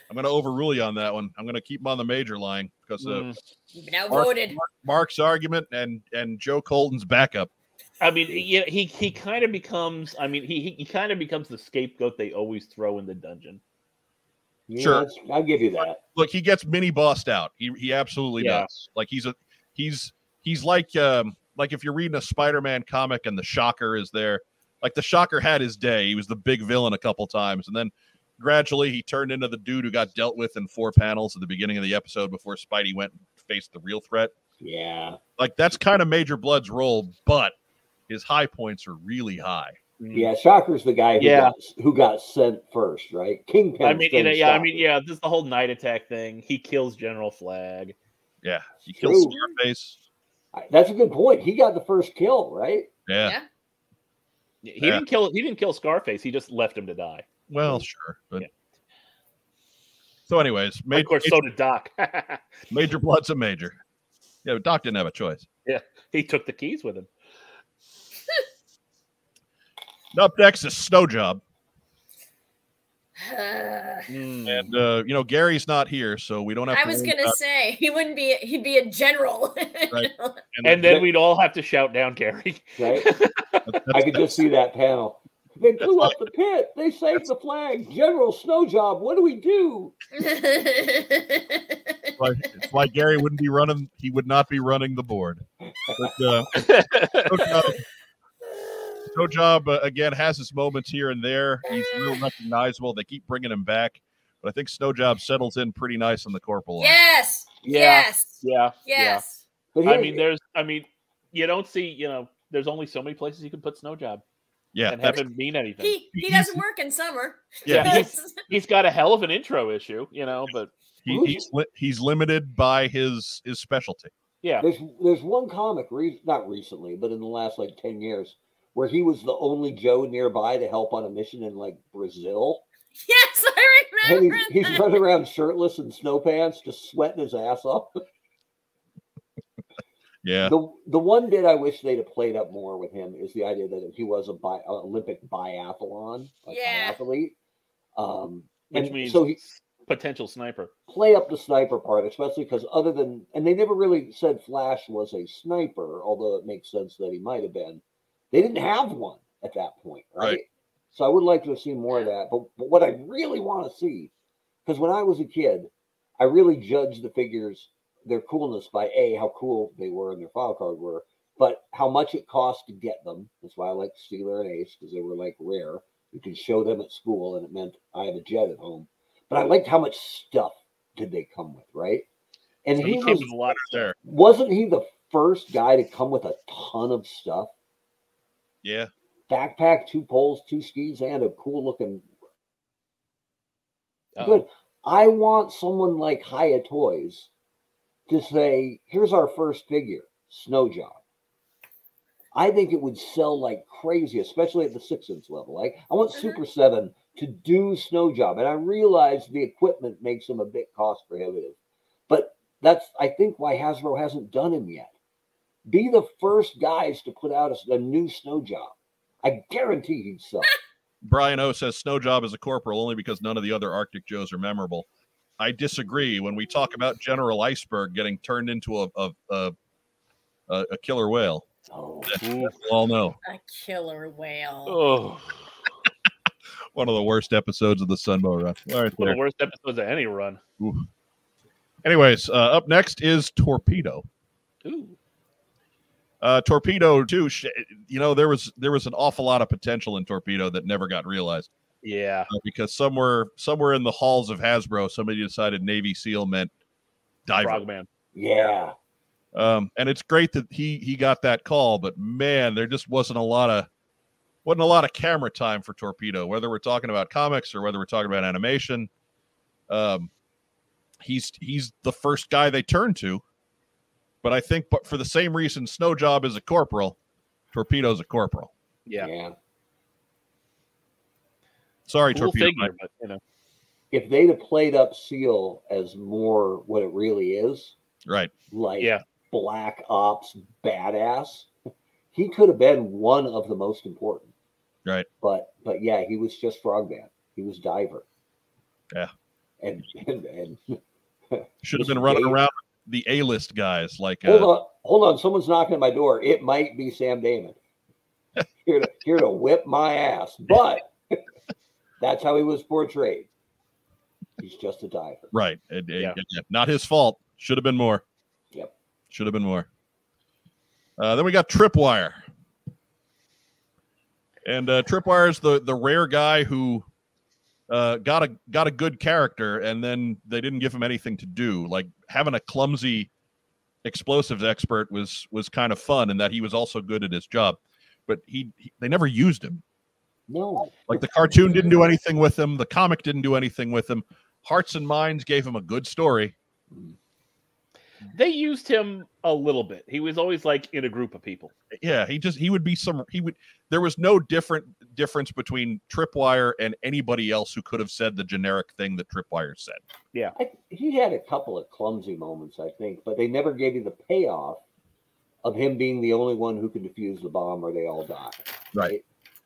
I'm going to overrule you on that one. I'm going to keep him on the major line because of Mm. You've now Mark- voted. Mark's argument and and Joe Colton's backup. I mean, he he, he kind of becomes. I mean, he he, he kind of becomes the scapegoat they always throw in the dungeon. Yeah, Sure. that's- I'll give you that. Look, he gets mini bossed out. He he absolutely Yeah. does. Like he's a he's he's like um like if you're reading a Spider-Man comic and the Shocker is there. Like the Shocker had his day. He was the big villain a couple times, and then gradually he turned into the dude who got dealt with in four panels at the beginning of the episode before Spidey went and faced the real threat. Yeah. Like that's kind of Major Blood's role, but his high points are really high. Mm-hmm. Yeah. Shocker's the guy who, Hmm. Yeah. got, who got sent first, right? Kingpin. I mean, you know, yeah, I mean, yeah. This is the whole night attack thing. He kills General Flag. Yeah, he kills True. Scarface. That's a good point. He got the first kill, right? Yeah. Yeah. He Yeah. didn't kill. He didn't kill Scarface. He just left him to die. Well, sure. But Yeah. so, anyways, Of major, course, so did Doc. major blood's a major. Yeah, but Doc didn't have a choice. he took the keys with him. Up next is Snow Job, Mm. and uh, you know Gary's not here, so we don't have. I to was worry gonna about- say he wouldn't be. He'd be a general. Right. And then we'd all have to shout down Gary. Right. that's- I could just see that panel. They blew up the pit. They saved the flag. General Snowjob, what do we do? that's why, it's why Gary wouldn't be running. He would not be running the board. But, uh, Snow Job, Snow Job, uh, again has his moments here and there. He's Uh. real recognizable. They keep bringing him back, but I think Snow Job settles in pretty nice on the corporal. line. yes. Yeah. Yes. Yeah. Yes. But I here- mean, there's. I mean, you don't see. You know, there's only so many places you can put Snow Job Yeah, and have that's- him mean anything. He he doesn't work in summer. yeah. Yeah. he's got a hell of an intro issue. You know, but He, he's li- he's limited by his his specialty. yeah. there's there's one comic, re- not recently, but in the last like ten years, where he was the only Joe nearby to help on a mission in like Brazil, yes, I and remember. he's, he's that. running around shirtless and snow pants, just sweating his ass off. Yeah, The the one bit I wish they'd have played up more with him is the idea that he was a bi- a Olympic biathlon, like Yeah. athlete. Um, Which and means so he, potential sniper. play up the sniper part, especially because other than and they never really said Flash was a sniper, although it makes sense that he might have been. They didn't have one at that point, right? Right. So I would like to have seen more of that. But, but what I really want to see, because when I was a kid, I really judged the figures, their coolness by A, how cool they were and their file card were, but how much it cost to get them. That's why I like Steeler and Ace, because they were like rare. You could show them at school, and it meant I have a jet at home. But I liked how much stuff did they come with, right? And He he came was, with a lot there. wasn't he the first guy to come with a ton of stuff? Yeah. backpack, two poles, two skis, and a cool looking Uh, good. I want someone like Haya Toys to say, here's our first figure, snow job. I think it would sell like crazy, especially at the six inch level. Like I want Mhm. Super Seven to do snow job. And I realize the equipment makes them a bit cost prohibitive. But that's I think why Hasbro hasn't done him yet. Be the first guys to put out a s- a, new snow job. I guarantee he'd sell. Brian O says snow job is a corporal only because none of the other Arctic Joes are memorable. I disagree. When we talk about General Iceberg getting turned into a a a, a, a killer whale, Oh, we all know A killer whale. oh, one of the worst episodes of the Sunbow Run. All right, one of there. the worst episodes of any run. Anyways, uh, up next is Torpedo. Ooh. Uh, torpedo too. sh- You know there was there was an awful lot of potential in Torpedo that never got realized. Yeah. uh, because somewhere somewhere in the halls of Hasbro, somebody decided Navy SEAL meant diver. Frogman. yeah. Um, and it's great that he he got that call, but man, there just wasn't a lot of wasn't a lot of camera time for Torpedo, whether we're talking about comics or whether we're talking about animation. Um, he's he's the first guy they turn to, but I think but for the same reason, Snow Job is a corporal, Torpedo's a corporal. Yeah. yeah. Sorry, Cool Torpedo. figure, but you know. If they'd have played up Seal as more what it really is, Right. like Yeah. black ops badass he could have been one of the most important Right. but but yeah he was just frogman he was diver Yeah. and and, and Should have Just been running wait. around with the A list guys like hold uh, on hold on someone's knocking at my door it might be sam damon here to, here to whip my ass but that's how he was portrayed he's just a diver Right. It- it- Yeah. yeah, Not his fault. Should have been more. Yep. Should have been more. Uh, then we got Tripwire. And uh, Tripwire is the, the rare guy who uh, got a got a good character, and then they didn't give him anything to do. Like having a clumsy explosives expert was was kind of fun, and that he was also good at his job. But he, he they never used him. no Like the cartoon didn't do anything with him. The comic didn't do anything with him. Hearts and Minds gave him a good story. They used him a little bit. He was always like in a group of people. Yeah, he just he would be some he would there was no different difference between Tripwire and anybody else who could have said the generic thing that Tripwire said. I, he had a couple of clumsy moments, I think, but they never gave you the payoff of him being the only one who could defuse the bomb or they all die. Right.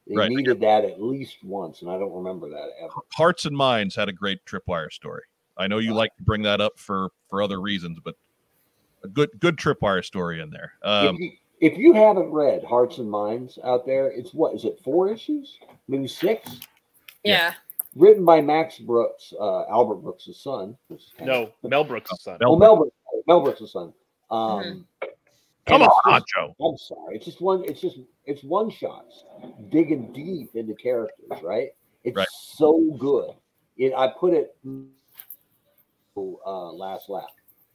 They Right. needed that at least once, and I don't remember that ever. Hearts and Minds had a great Tripwire story. I know you like to bring that up for for other reasons, but a good good Tripwire story in there. Um, if, you, if you haven't read Hearts and Minds out there, it's what is it? Four issues, maybe six, Yeah. written by Max Brooks, uh, Albert Brooks' son. which is kind of- No, Mel Brooks' son. Uh, Mel oh, Mel Brooks, Mel Brooks' son. Um, come and it's on, just- Joe. I'm sorry. It's just one. It's just it's one shots digging deep into characters. Right. It's Right. so good. It. I put it. Uh, last lap.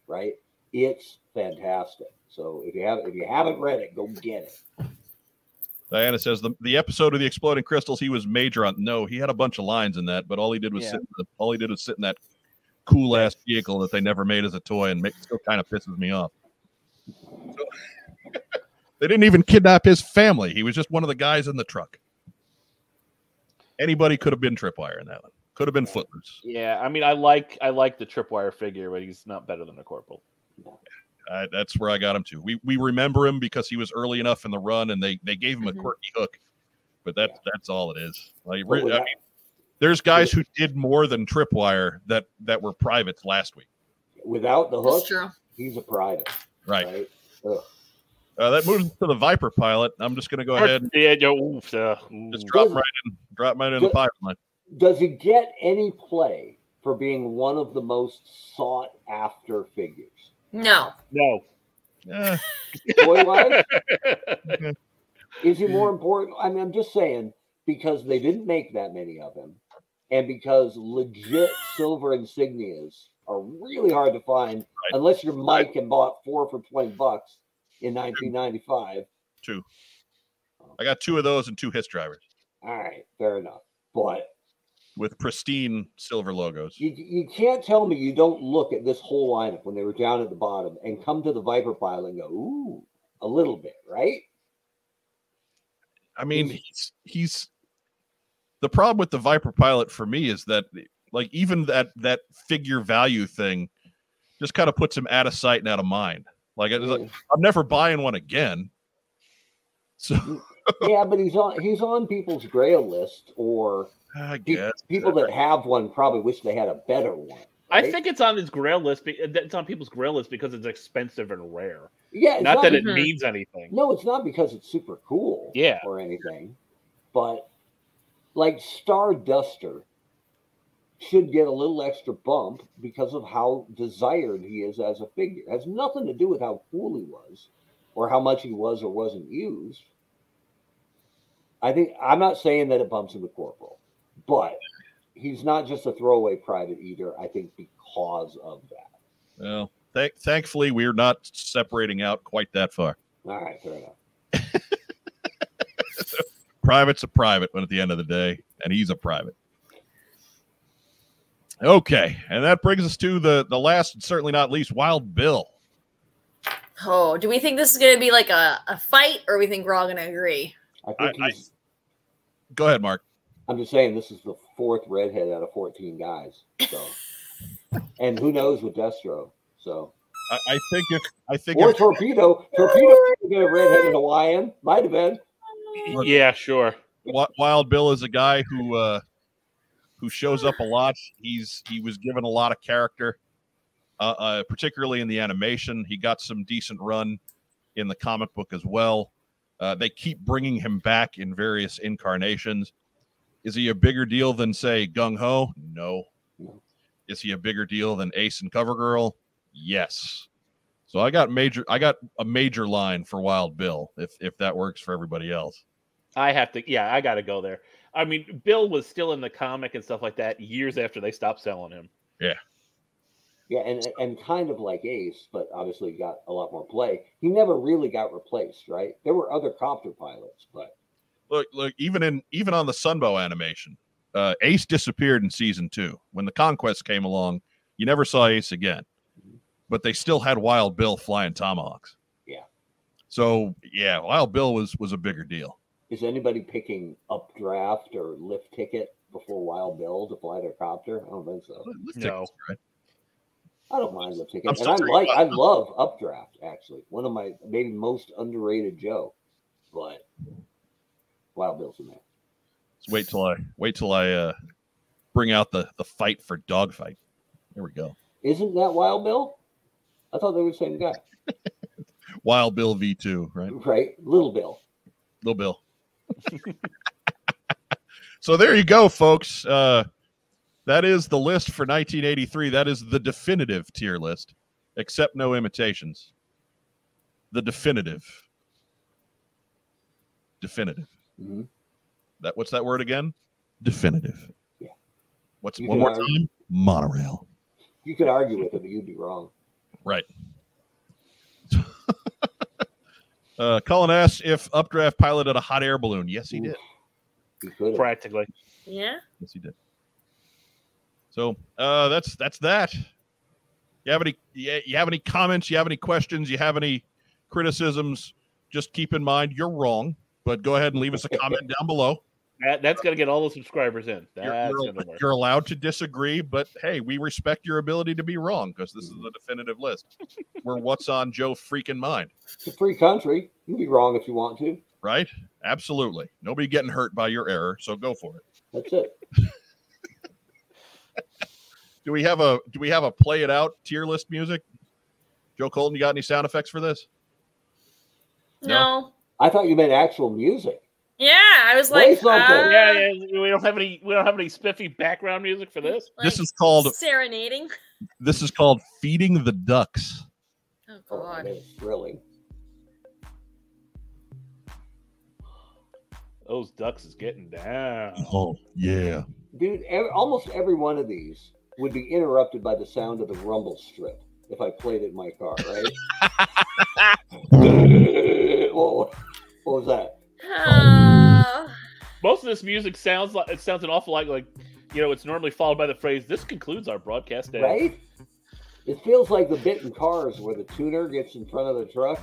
Right. It's fantastic. So if you have if you haven't read it, go get it. Diana says the, the episode of the exploding crystals he was major on. No, he had a bunch of lines in that, but all he did was Yeah. sit. In the, all he did was sit in that cool ass vehicle that they never made as a toy, and make, still kind of pisses me off. So- they didn't even kidnap his family. He was just one of the guys in the truck. Anybody could have been Tripwire in that one. Could have been Footloose. Yeah, I mean, I like I like the tripwire figure, but he's not better than a corporal. I, that's where I got him to. We we remember him because he was early enough in the run, and they they gave him Mm-hmm. Mhm. a quirky hook. But that's that's all it is. Like, But re- I without- mean, there's guys who did more than Tripwire that that were privates last week, without the That's hook, true. he's a private. right? Right. Ugh. Uh, that moves to the Viper pilot. I'm just going to go ahead and Yeah, yo, oof, uh, ooh. just drop right in, drop right in the pipeline. Does he get any play for being one of the most sought after figures? No. no. Yeah, Boy wise, is he more important? I mean, I'm just saying because they didn't make that many of him, and because legit silver insignias are really hard to find unless you're Mike and bought four for 20 bucks in 1995. two. I got two of those and two hiss drivers All right, fair enough. But with pristine silver logos. you, you can't tell me you don't look at this whole lineup when they were down at the bottom and come to the Viper pile and go, ooh, a little bit, right? I mean, Easy. he's he's the problem with the Viper pilot for me is that like even that that figure value thing just kind of puts him out of sight and out of mind. Like, it's Mm. like I'm never buying one again. So yeah, but he's on he's on people's grail list, or I pe- guess people that have one probably wish they had a better one. I right? think it's on his grail list. Be- uh, it's on people's grail list because it's expensive and rare. yeah, it's Not that it Mhm. means anything. No, it's not because it's super cool. Yeah. Or anything. But like Star Duster should get a little extra bump because of how desired he is as a figure. It has nothing to do with how cool he was or how much he was or wasn't used. I think I'm not saying that it bumps him to corporal, but he's not just a throwaway private either, I think because of that. Well, thank thankfully we're not separating out quite that far. All right, fair enough. Private's a private, but at the end of the day, and he's a private. Okay, and that brings us to the the last, and certainly not least, Wild Bill. Oh, do we think this is going to be like a, a fight or we think we're all going to agree? I think I- I- he's Go ahead, Mark. I'm just saying this is the fourth redhead out of 14 guys. So, and who knows with Destro? So, I, I think if I think or if, Torpedo. Torpedo could have been a redhead and Hawaiian. Might have been. Look. Yeah, sure. Wi- Wild Bill is a guy who uh, who shows up a lot. He's he was given a lot of character, uh, uh, particularly in the animation. He got some decent run in the comic book as well. Uh, they keep bringing him back in various incarnations. Is he a bigger deal than say Gung Ho? No. No. Is he a bigger deal than Ace and Covergirl? Yes. So I got major. I got a major line for Wild Bill if if that works for everybody else. I have to. Yeah, I got to go there. I mean, Bill was still in the comic and stuff like that years after they stopped selling him. Yeah, and and kind of like Ace, but obviously got a lot more play. He never really got replaced, right? There were other copter pilots, but look look even in even on the sunbow animation uh ace disappeared in season two when the conquest came along you never saw ace again but they still had wild bill flying tomahawks Yeah. so yeah wild bill was was a bigger deal is anybody picking updraft or lift ticket before Wild Bill to fly their copter? I don't think so. Let's take No. this, right? I don't mind lift ticket, I'm and I sorry, like but- I love updraft actually. One of my maybe most underrated Joe, but Wild Bill's in there. Let's wait till i wait till i uh bring out the the fight for dogfight there we go Isn't that Wild Bill? I thought they were the same guy, wild bill v2 right right? Little Bill. little bill so there you go folks uh that is the list for 1983 that is the definitive tier list except no imitations the definitive definitive Mhm. that what's that word again definitive Yeah. what's You one can more argue. time monorail You could argue with it, but you'd be wrong. right uh colin asked if updraft piloted a hot air balloon yes he Ooh. did Mm-hmm. You could. have. Practically. Yeah. Yes, he did. So uh, that's that's that. You have any you you have any comments? You have any questions? You have any criticisms? Just keep in mind you're wrong, but go ahead and leave us a comment down below. That, that's going to get all the subscribers in. You're, That's you're- going to work. you're allowed to disagree, but hey, we respect your ability to be wrong because this is the definitive list. We're what's on Joe freaking mind, It's a free country. You'd be wrong if you want to. right? Absolutely. Nobody getting hurt by your error, so go for it. That's it. Do we have a do we have a play it out tier list music? Joe Colton, you got any sound effects for this? No. I thought you meant actual music. Yeah, I was Play like, something. uh, yeah, yeah, we don't have any. We don't have any spiffy background music for this. this like, is called serenading. this is called feeding the ducks. Oh Oh, God. man, really? Those ducks is getting down. Oh yeah. Dude, ev- almost every one of these would be interrupted by the sound of the rumble strip if I played it in my car, right? Whoa, what was that? Uh, Most of this music sounds like it sounds an awful lot like, you know, it's normally followed by the phrase, "This concludes our broadcast day." Right? It feels like the bit in cars where the tuner gets in front of the truck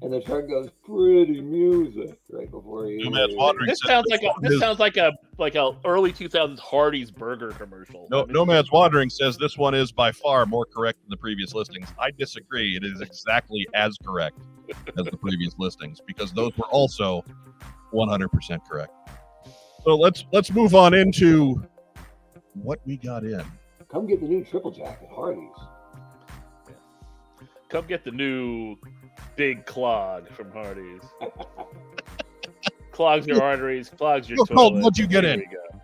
and the truck goes pretty music right before you. Dumbass wandering This says- sounds like a. This is- sounds like a like a early 2000s Hardee's burger commercial. No, Nomad's Wandering says this one is by far more correct than the previous listings. I disagree. It is exactly as correct as the previous listings because those were also 100% correct. So let's let's move on into what we got in. Come get the new triple jack at Hardy's. Come get the new big clog from Hardee's. clogs your arteries, clogs your Yo, toilet. Colton, Oh, what'd you get Here in? we go.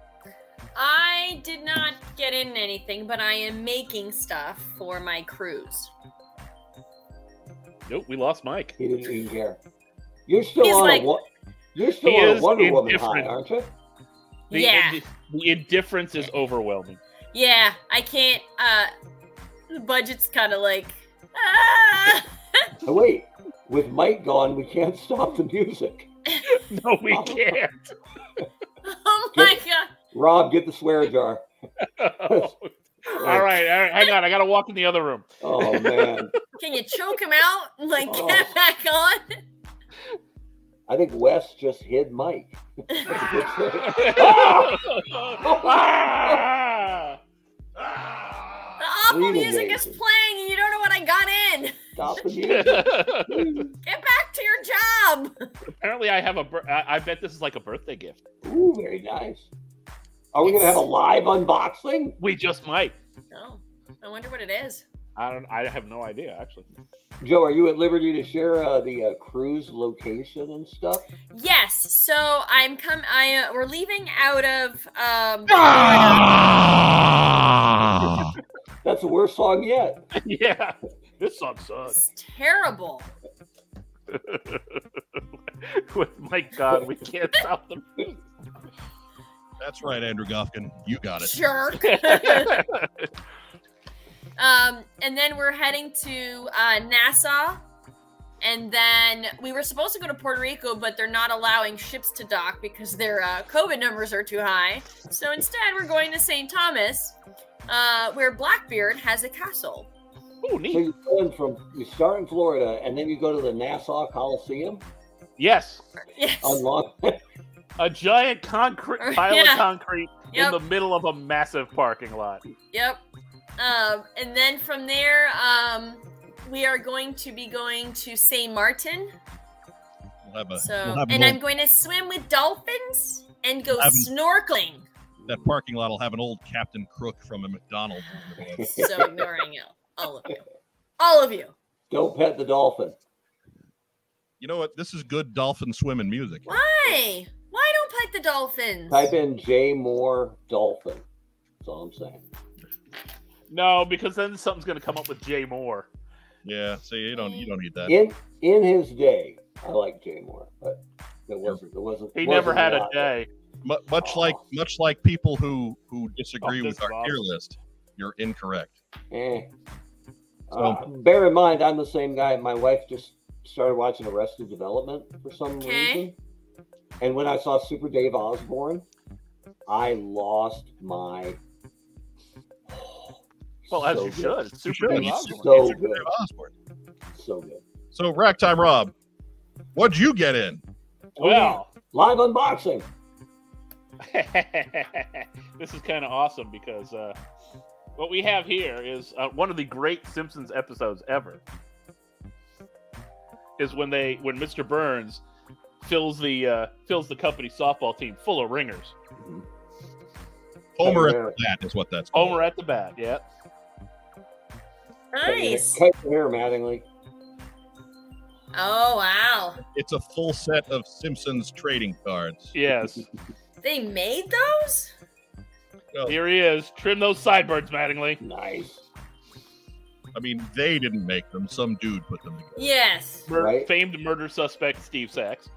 I did not get in anything, but I am making stuff for my cruise. Nope, we lost Mike. He didn't even care. You're still He's on like- a wo- you're still He on a is Wonder Woman high, indifferent. aren't you? The, yeah, indi- the indifference is overwhelming. yeah. I can't. Uh, the budget's kind of like. ah. Oh, wait, with Mike gone, we can't stop the music. No, we can't. oh my god. Rob, get the swear jar. all right, all right, hang on. I gotta walk in the other room. Oh man, Can you choke him out? Like get Oh. back on? I think Wes just hid Mike. That's a good thing. Ah! The Ah! awful Leaving music is Jason. playing and you don't know what I got in. Stop the music. Get back to your job. Apparently, I have a. bir- I I bet this is like a birthday gift. Ooh, very nice. Are we gonna have a live unboxing? We just might. Oh, I wonder what it is. I don't. I have no idea actually. Joe, are you at liberty to share uh, the uh, cruise location and stuff? Yes, so I'm come. I uh, we're leaving out of um. Ah! That's the worst song yet. yeah, this song sucks. It's terrible. With my God, we can't stop them. That's right, Andrew Gofkin. You got it. Jerk. um, and then we're heading to uh, Nassau. And then we were supposed to go to Puerto Rico, but they're not allowing ships to dock because their uh, COVID numbers are too high. So instead, we're going to St. Thomas, uh, where Blackbeard has a castle. oh, So neat. you're going from you start in Florida and then you go to the Nassau Coliseum Yes, Yes. on Long. a giant concrete pile Yeah. of concrete Yep. in the middle of a massive parking lot. Yep. Um, and then from there, um, we are going to be going to St. Martin. We'll have a, So, we'll have a and little- I'm going to swim with dolphins and go Have- snorkeling. that parking lot will have an old Captain Crook from a McDonald's. So ignoring you, all of you, all of you. Don't pet the dolphin. You know what? This is good dolphin swimming music. Why? Why don't pet the dolphins? Type in J Moore dolphin. That's all I'm saying. No, because then something's going to come up with Jay Moore. Yeah. See, you don't you don't need that. In in his day, I like Jay Moore, but there wasn't there wasn't. He wasn't never had a lot. day. Mu much like much like people who who disagree Oh, with this our Rob. tier list you're incorrect Eh. Uh, bear in mind, I'm the same guy. My wife just started watching Arrested Development for some Okay. reason, and when I saw Super Dave Osborne, I lost my. Well, as So you good. should. It's Super should. Dave He's Osborne. so It's a good. Dave Osborne. So good. so ragtime rob what'd you get in Well, Live unboxing. this is kind of awesome because uh, what we have here is uh, one of the great Simpsons episodes ever. Is when they when Mr. Burns fills the uh, fills the company softball team full of ringers. homer Homer. at that is what that's called. Homer at the bat. Yeah. Nice. Cut your hair, Mattingly. Oh wow. It's a full set of Simpsons trading cards. Yes. They made those? Here he is. Trim those sideburns, Mattingly. Nice. I mean, they didn't make them. Some dude put them together. Yes. Mur- Right. Famed murder suspect Steve Sachs.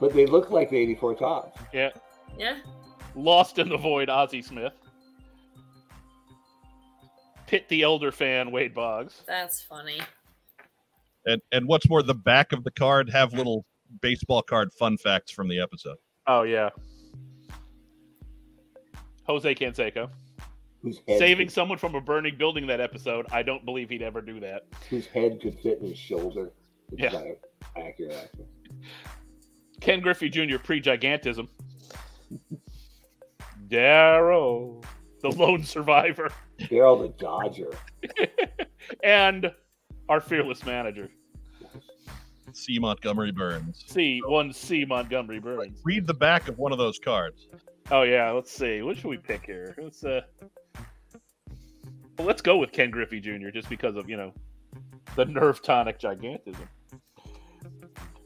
But they look like the 84 tops. Yeah. Lost in the void Ozzy Smith. Pitt the Elder fan Wade Boggs. That's funny. And and what's more, the back of the card have little baseball card fun facts from the episode. Oh yeah. Jose Canseco. Whose head, Saving could, someone from a burning building that episode. I don't believe he'd ever do that. whose head could fit in his shoulder. Which Yeah. is not an accurate. accent. Ken Griffey Jr. pre gigantism. Daryl, the lone survivor, Daryl the Dodger. and our fearless manager, C. Montgomery Burns. C one C Montgomery Burns. Read the back of one of those cards. Oh yeah, let's see. What should we pick here? Let's uh, well, let's go with Ken Griffey Jr. just because of you know the nerve tonic gigantism.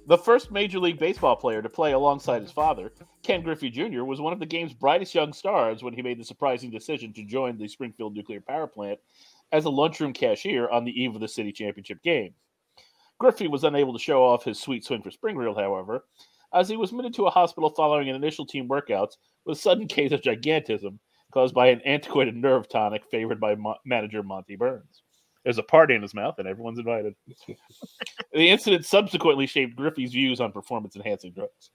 The first Major League Baseball player to play alongside his father, Ken Griffey Jr., was one of the game's brightest young stars when he made the surprising decision to join the Springfield nuclear power plant as a lunchroom cashier on the eve of the city championship game. Griffey was unable to show off his sweet swing for Springfield, however, as he was admitted to a hospital following an initial team workouts with a sudden case of gigantism caused by an antiquated nerve tonic favored by Mo- manager Monty Burns. There's a party in his mouth, and everyone's invited. the incident subsequently shaped Griffey's views on performance enhancing drugs.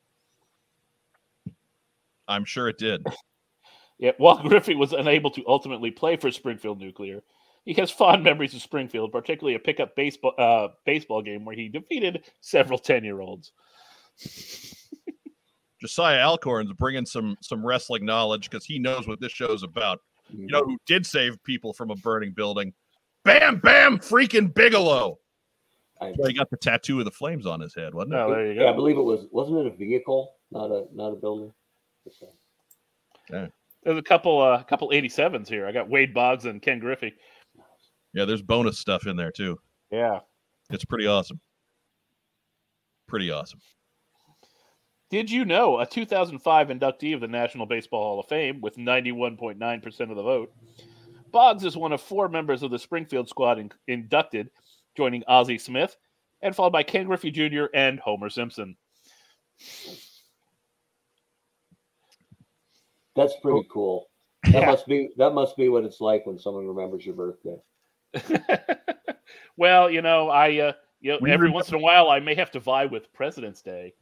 I'm sure it did. Yet, while Griffey was unable to ultimately play for Springfield Nuclear, he has fond memories of Springfield, particularly a pickup baseball uh, baseball game where he defeated several ten year olds. Josiah Alcorn's bringing some some wrestling knowledge because he knows what this show's about. Mm-hmm. You know who did save people from a burning building? Bam, bam, freaking Bigelow. I, Well, he got the tattoo of the flames on his head, wasn't it? Oh, there you go. yeah, I believe it was. Wasn't it a vehicle, not a not a building? There's a couple a uh, couple 87s here. I got Wade Boggs and Ken Griffey. Yeah, there's bonus stuff in there too. Yeah. It's pretty awesome. Pretty awesome. Did you know a 2005 inductee of the National Baseball Hall of Fame with 91.9% of the vote? Boggs is one of four members of the Springfield squad in- inducted, joining Ozzie Smith and followed by Ken Griffey Jr. and Homer Simpson. That's pretty Oh. cool. That must be that must be what it's like when someone remembers your birthday. well, you know, I uh, you know, We every remember- once in a while I may have to vie with President's Day.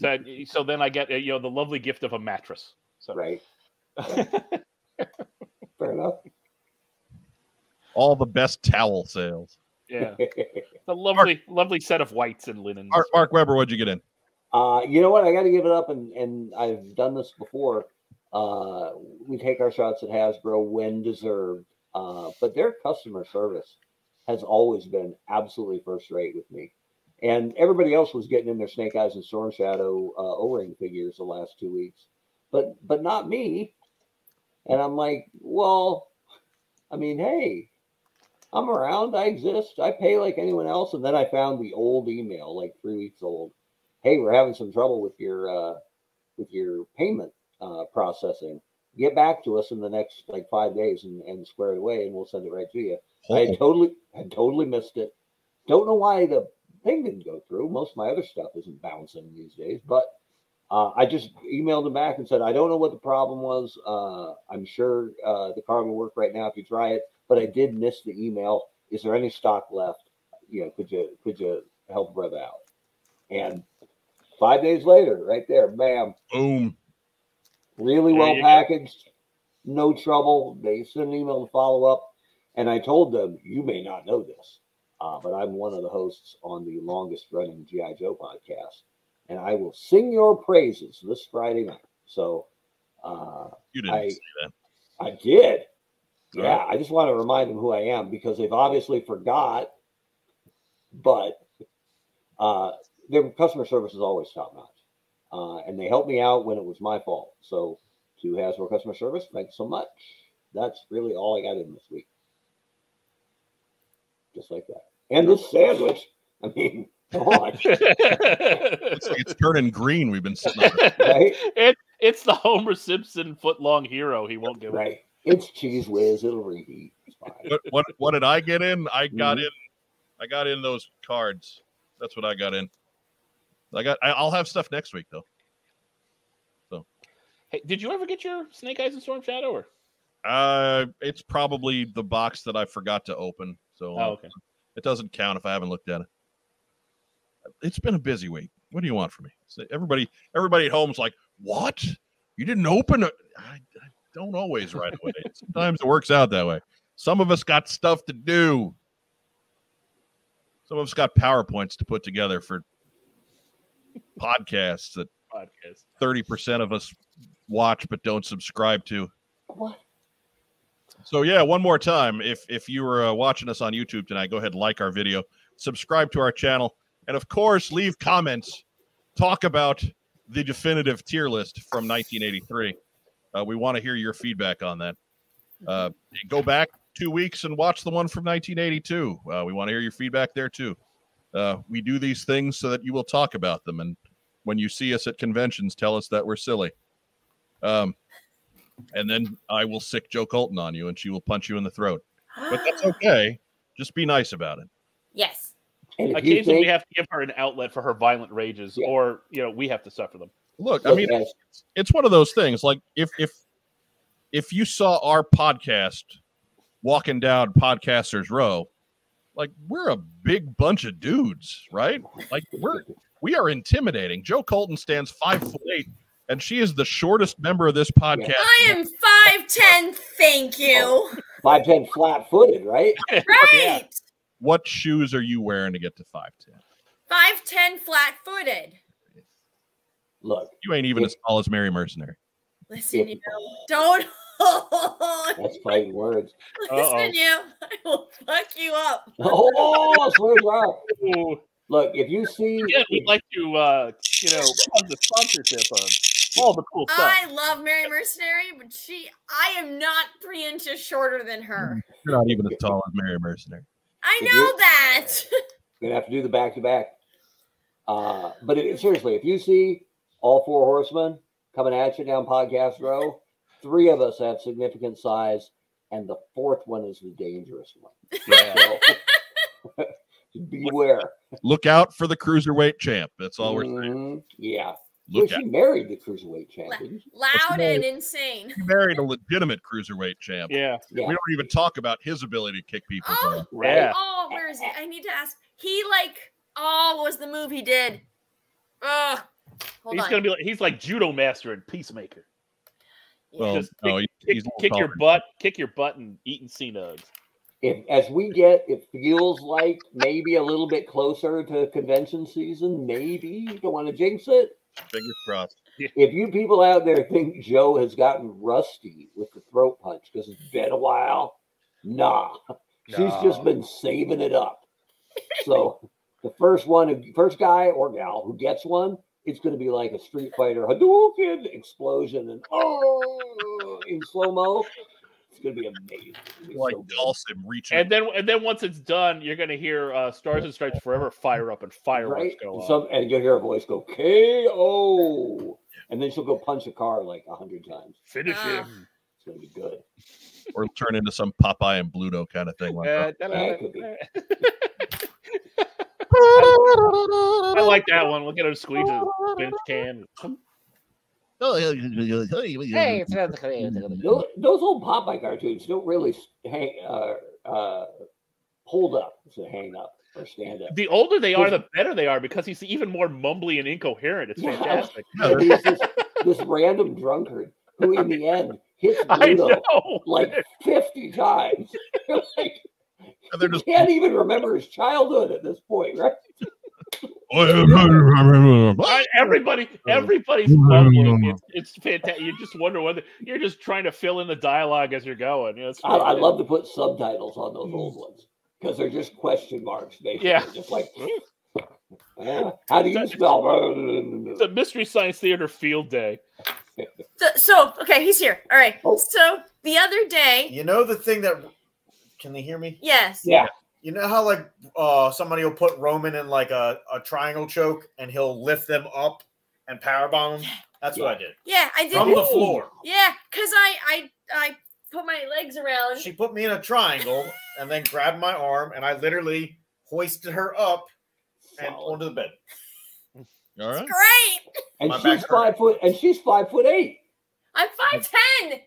So, so then I get uh, you know the lovely gift of a mattress. So Right. Fair enough. All the best towel sales. yeah, the lovely lovely set of whites and linens. Mark, Mark Weber, what'd you get in? Uh, you know what? I got to give it up, and and I've done this before. Uh, we take our shots at Hasbro when deserved, uh, but their customer service has always been absolutely first rate with me. And everybody else was getting in their Snake Eyes and Storm Shadow uh, O-ring figures the last two weeks, but but not me. And I'm like, well, I mean, hey, I'm around. I exist. I pay like anyone else. And then I found the old email, like three weeks old hey, we're having some trouble with your uh, with your payment uh, processing. Get back to us in the next like five days and, and square it away, and we'll send it right to you. I had Oh, totally, I totally missed it. Don't know why the thing didn't go through. Most of my other stuff isn't bouncing these days, but uh, I just emailed him back and said, I don't know what the problem was. Uh, I'm sure uh, the card will work right now if you try it, but I did miss the email. Is there any stock left? You know, could you could you help brother out? And five days later, right there, bam, boom. really There well you go. packaged, no trouble. They sent an email to follow up, and I told them, you may not know this, uh, but I'm one of the hosts on the longest running GI Joe podcast, and I will sing your praises this Friday night. So uh, You didn't I- say that. I did. All Yeah, I just want to remind them who I am because they've obviously forgot. But uh, their customer service is always top notch, uh, and they helped me out when it was my fault. So to Hasbro customer service, thanks so much. That's really all I got in this week. Just like that, and this sandwich. I mean, launch, It's like it's turning green. We've been sitting on it. right? It, it's the Homer Simpson foot long hero. He won't give up. Right. It's cheese whiz. It'll reheat. It's fine. What, what, what did I get in? I got in. I got in those cards. That's what I got in. I got. I, I'll have stuff next week though. Hey, did you ever get your Snake Eyes and Storm Shadow? Or Uh, it's probably the box that I forgot to open. So um, oh, okay. it doesn't count if I haven't looked at it. It's been a busy week. What do you want from me? So everybody, everybody at home's like, "What? You didn't open it?" I, I don't always right away. Sometimes it works out that way. Some of us got stuff to do. Some of us got powerpoints to put together for podcasts that Podcast. thirty percent of us watch but don't subscribe to. What? So yeah, one more time, if if you were uh, watching us on YouTube tonight, go ahead and like our video, subscribe to our channel, and of course, leave comments. Talk about the definitive tier list from 1983. Uh, we want to hear your feedback on that. Uh, go back two weeks and watch the one from 1982. Uh, we want to hear your feedback there too. Uh, we do these things so that you will talk about them, and when you see us at conventions, tell us that we're silly. Um, and then I will sick Joe Colton on you, and she will punch you in the throat. But that's okay. Just be nice about it. yes. And if you Occasionally, think, we have to give her an outlet for her violent rages, Yeah. or you know, we have to suffer them. Look, I mean, Look, guys, it's one of those things. Like if if if you saw our podcast walking down Podcasters Row, like we're a big bunch of dudes, right? Like we're we are intimidating. Joe Colton stands five foot eight, and she is the shortest member of this podcast. I am 5'10. Thank you. five ten flat footed, right? Oh. Right. What shoes are you wearing to get to five ten? 5'10 flat footed. Look, You ain't even as tall as Mary Mercenary. Listen, you don't hold. that's fighting words. Uh-oh. Listen, you. I will fuck you up. Oh, swear to God. Ooh. Look, if you see, Yeah, we'd like to, uh, you know, have the sponsorship on all the cool stuff. I love Mary Mercenary, but she, I am not three inches shorter than her. You're not even as tall as Mary Mercenary. I Mm-hmm. Is know it? that. You're gonna have to do the back to back. Uh, but it, seriously, if you see all four horsemen coming at you down Podcast Row, three of us have significant size, and the fourth one is the dangerous one. Yeah. So, beware. Look out for the cruiserweight champ. That's all we're Mm. saying. Mhm, Yeah. Look Well, out. she married the cruiserweight champion. Loud and insane. He married a legitimate cruiserweight champ. yeah. We Yeah. don't even talk about his ability to kick people. Oh, Right? Yeah. oh, where is it? I need to ask. He like, oh, what was the move he did? Oh, hold he's on. gonna be like he's like judo master and peacemaker. Well, Just Oh, no, he- Kick, he's a little kick your taller. butt, kick your butt, and eating sea nugs. If as we get, it feels like maybe a little bit closer to convention season. Maybe you don't want to jinx it. Fingers crossed. If you people out there think Joe has gotten rusty with the throat punch because it's been a while, nah, she's just No. been saving it up. so the first one, who- first guy or gal who gets one, it's going to be like a Street Fighter Hadouken explosion and oh in slow mo. It's going to be amazing. It's gonna be Like so good. Dawson reaching. And then and then once it's done, you're gonna hear uh, Stars and Stripes Forever fire up and fireworks right? go And off. Some, and you'll hear a voice go KO, and then she'll go punch a car like a hundred times. Finish Ah. him. It's going to be good. or turn into some Popeye and Bluto kind of thing. Like Uh, that. da-da-da-da. could be. I like that one. We'll get her to squeeze a bench can. "Oh, Hey, it's another Those, those old Popeye cartoons don't really s- hang, uh, uh, hold up, so hang up or stand up. The older they are, There's- the better they are because he's even more mumbly and incoherent. It's Yeah. fantastic. Yeah, And he's this, this random drunkard who, in the end, hits I Pluto know. like fifty times. like, and they're he just. can't even remember his childhood at this point, right? I- everybody, Uh, everybody's mumbling. It's, it's fantastic. You just wonder whether you're just trying to fill in the dialogue as you're going. You know, it's I, I love to put subtitles on those old ones because they're just question marks, basically. Yeah. Just like, "Uh, how do you spell? It's a mystery science theater field day. So, so, okay, he's here. All right. Oh. So the other day, You know the thing that. Can they hear me? yes, Yeah. You know how like uh somebody will put Roman in like a, a triangle choke and he'll lift them up and powerbomb them? That's what I did. Yeah, I did. From the floor. Yeah, because I, I I put my legs around. She put me in a triangle and then grabbed my arm and I literally hoisted her up and onto the bed. All right. Great. And My she's back's hurting. five foot and she's five foot eight. I'm five ten. I'm-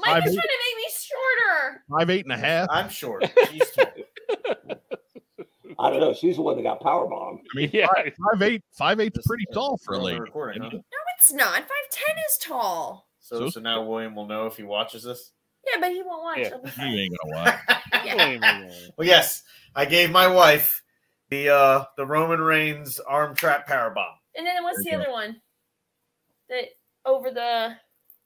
Mike is trying to make me shorter. Five, eight and a half. I'm short. She's tall. I don't know. She's the one that got power bomb. I mean, yeah, five, eight, five, eight's pretty tall for a We're on the lady. recording, huh? No, it's not. Five ten is tall. So, so now William will know if he watches this. Yeah, but he won't watch. Yeah. It'll be You fine. ain't gonna lie. Well, yes, I gave my wife the uh the Roman Reigns arm trap power bomb. And then what's the There you other one? That over the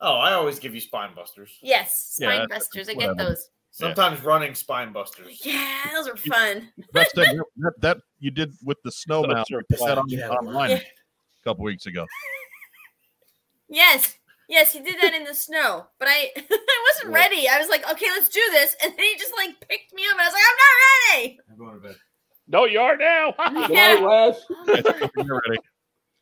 Oh, I always give you spine busters. yes, Yeah, spine that's- busters. I get whatever. those. Sometimes running spine busters. Yeah, those are fun. That's that, that, that you did with the snow mount. That's your You said plan. on, Yeah. online Yeah. a couple weeks ago. Yes. Yes, he did that in the snow, but I I wasn't Yeah. ready. I was like, okay, let's do this, and then he just like picked me up, and I was like, I'm going to bed. no, you are now. Yeah. I'm not Good night, Wes. ready. You're ready.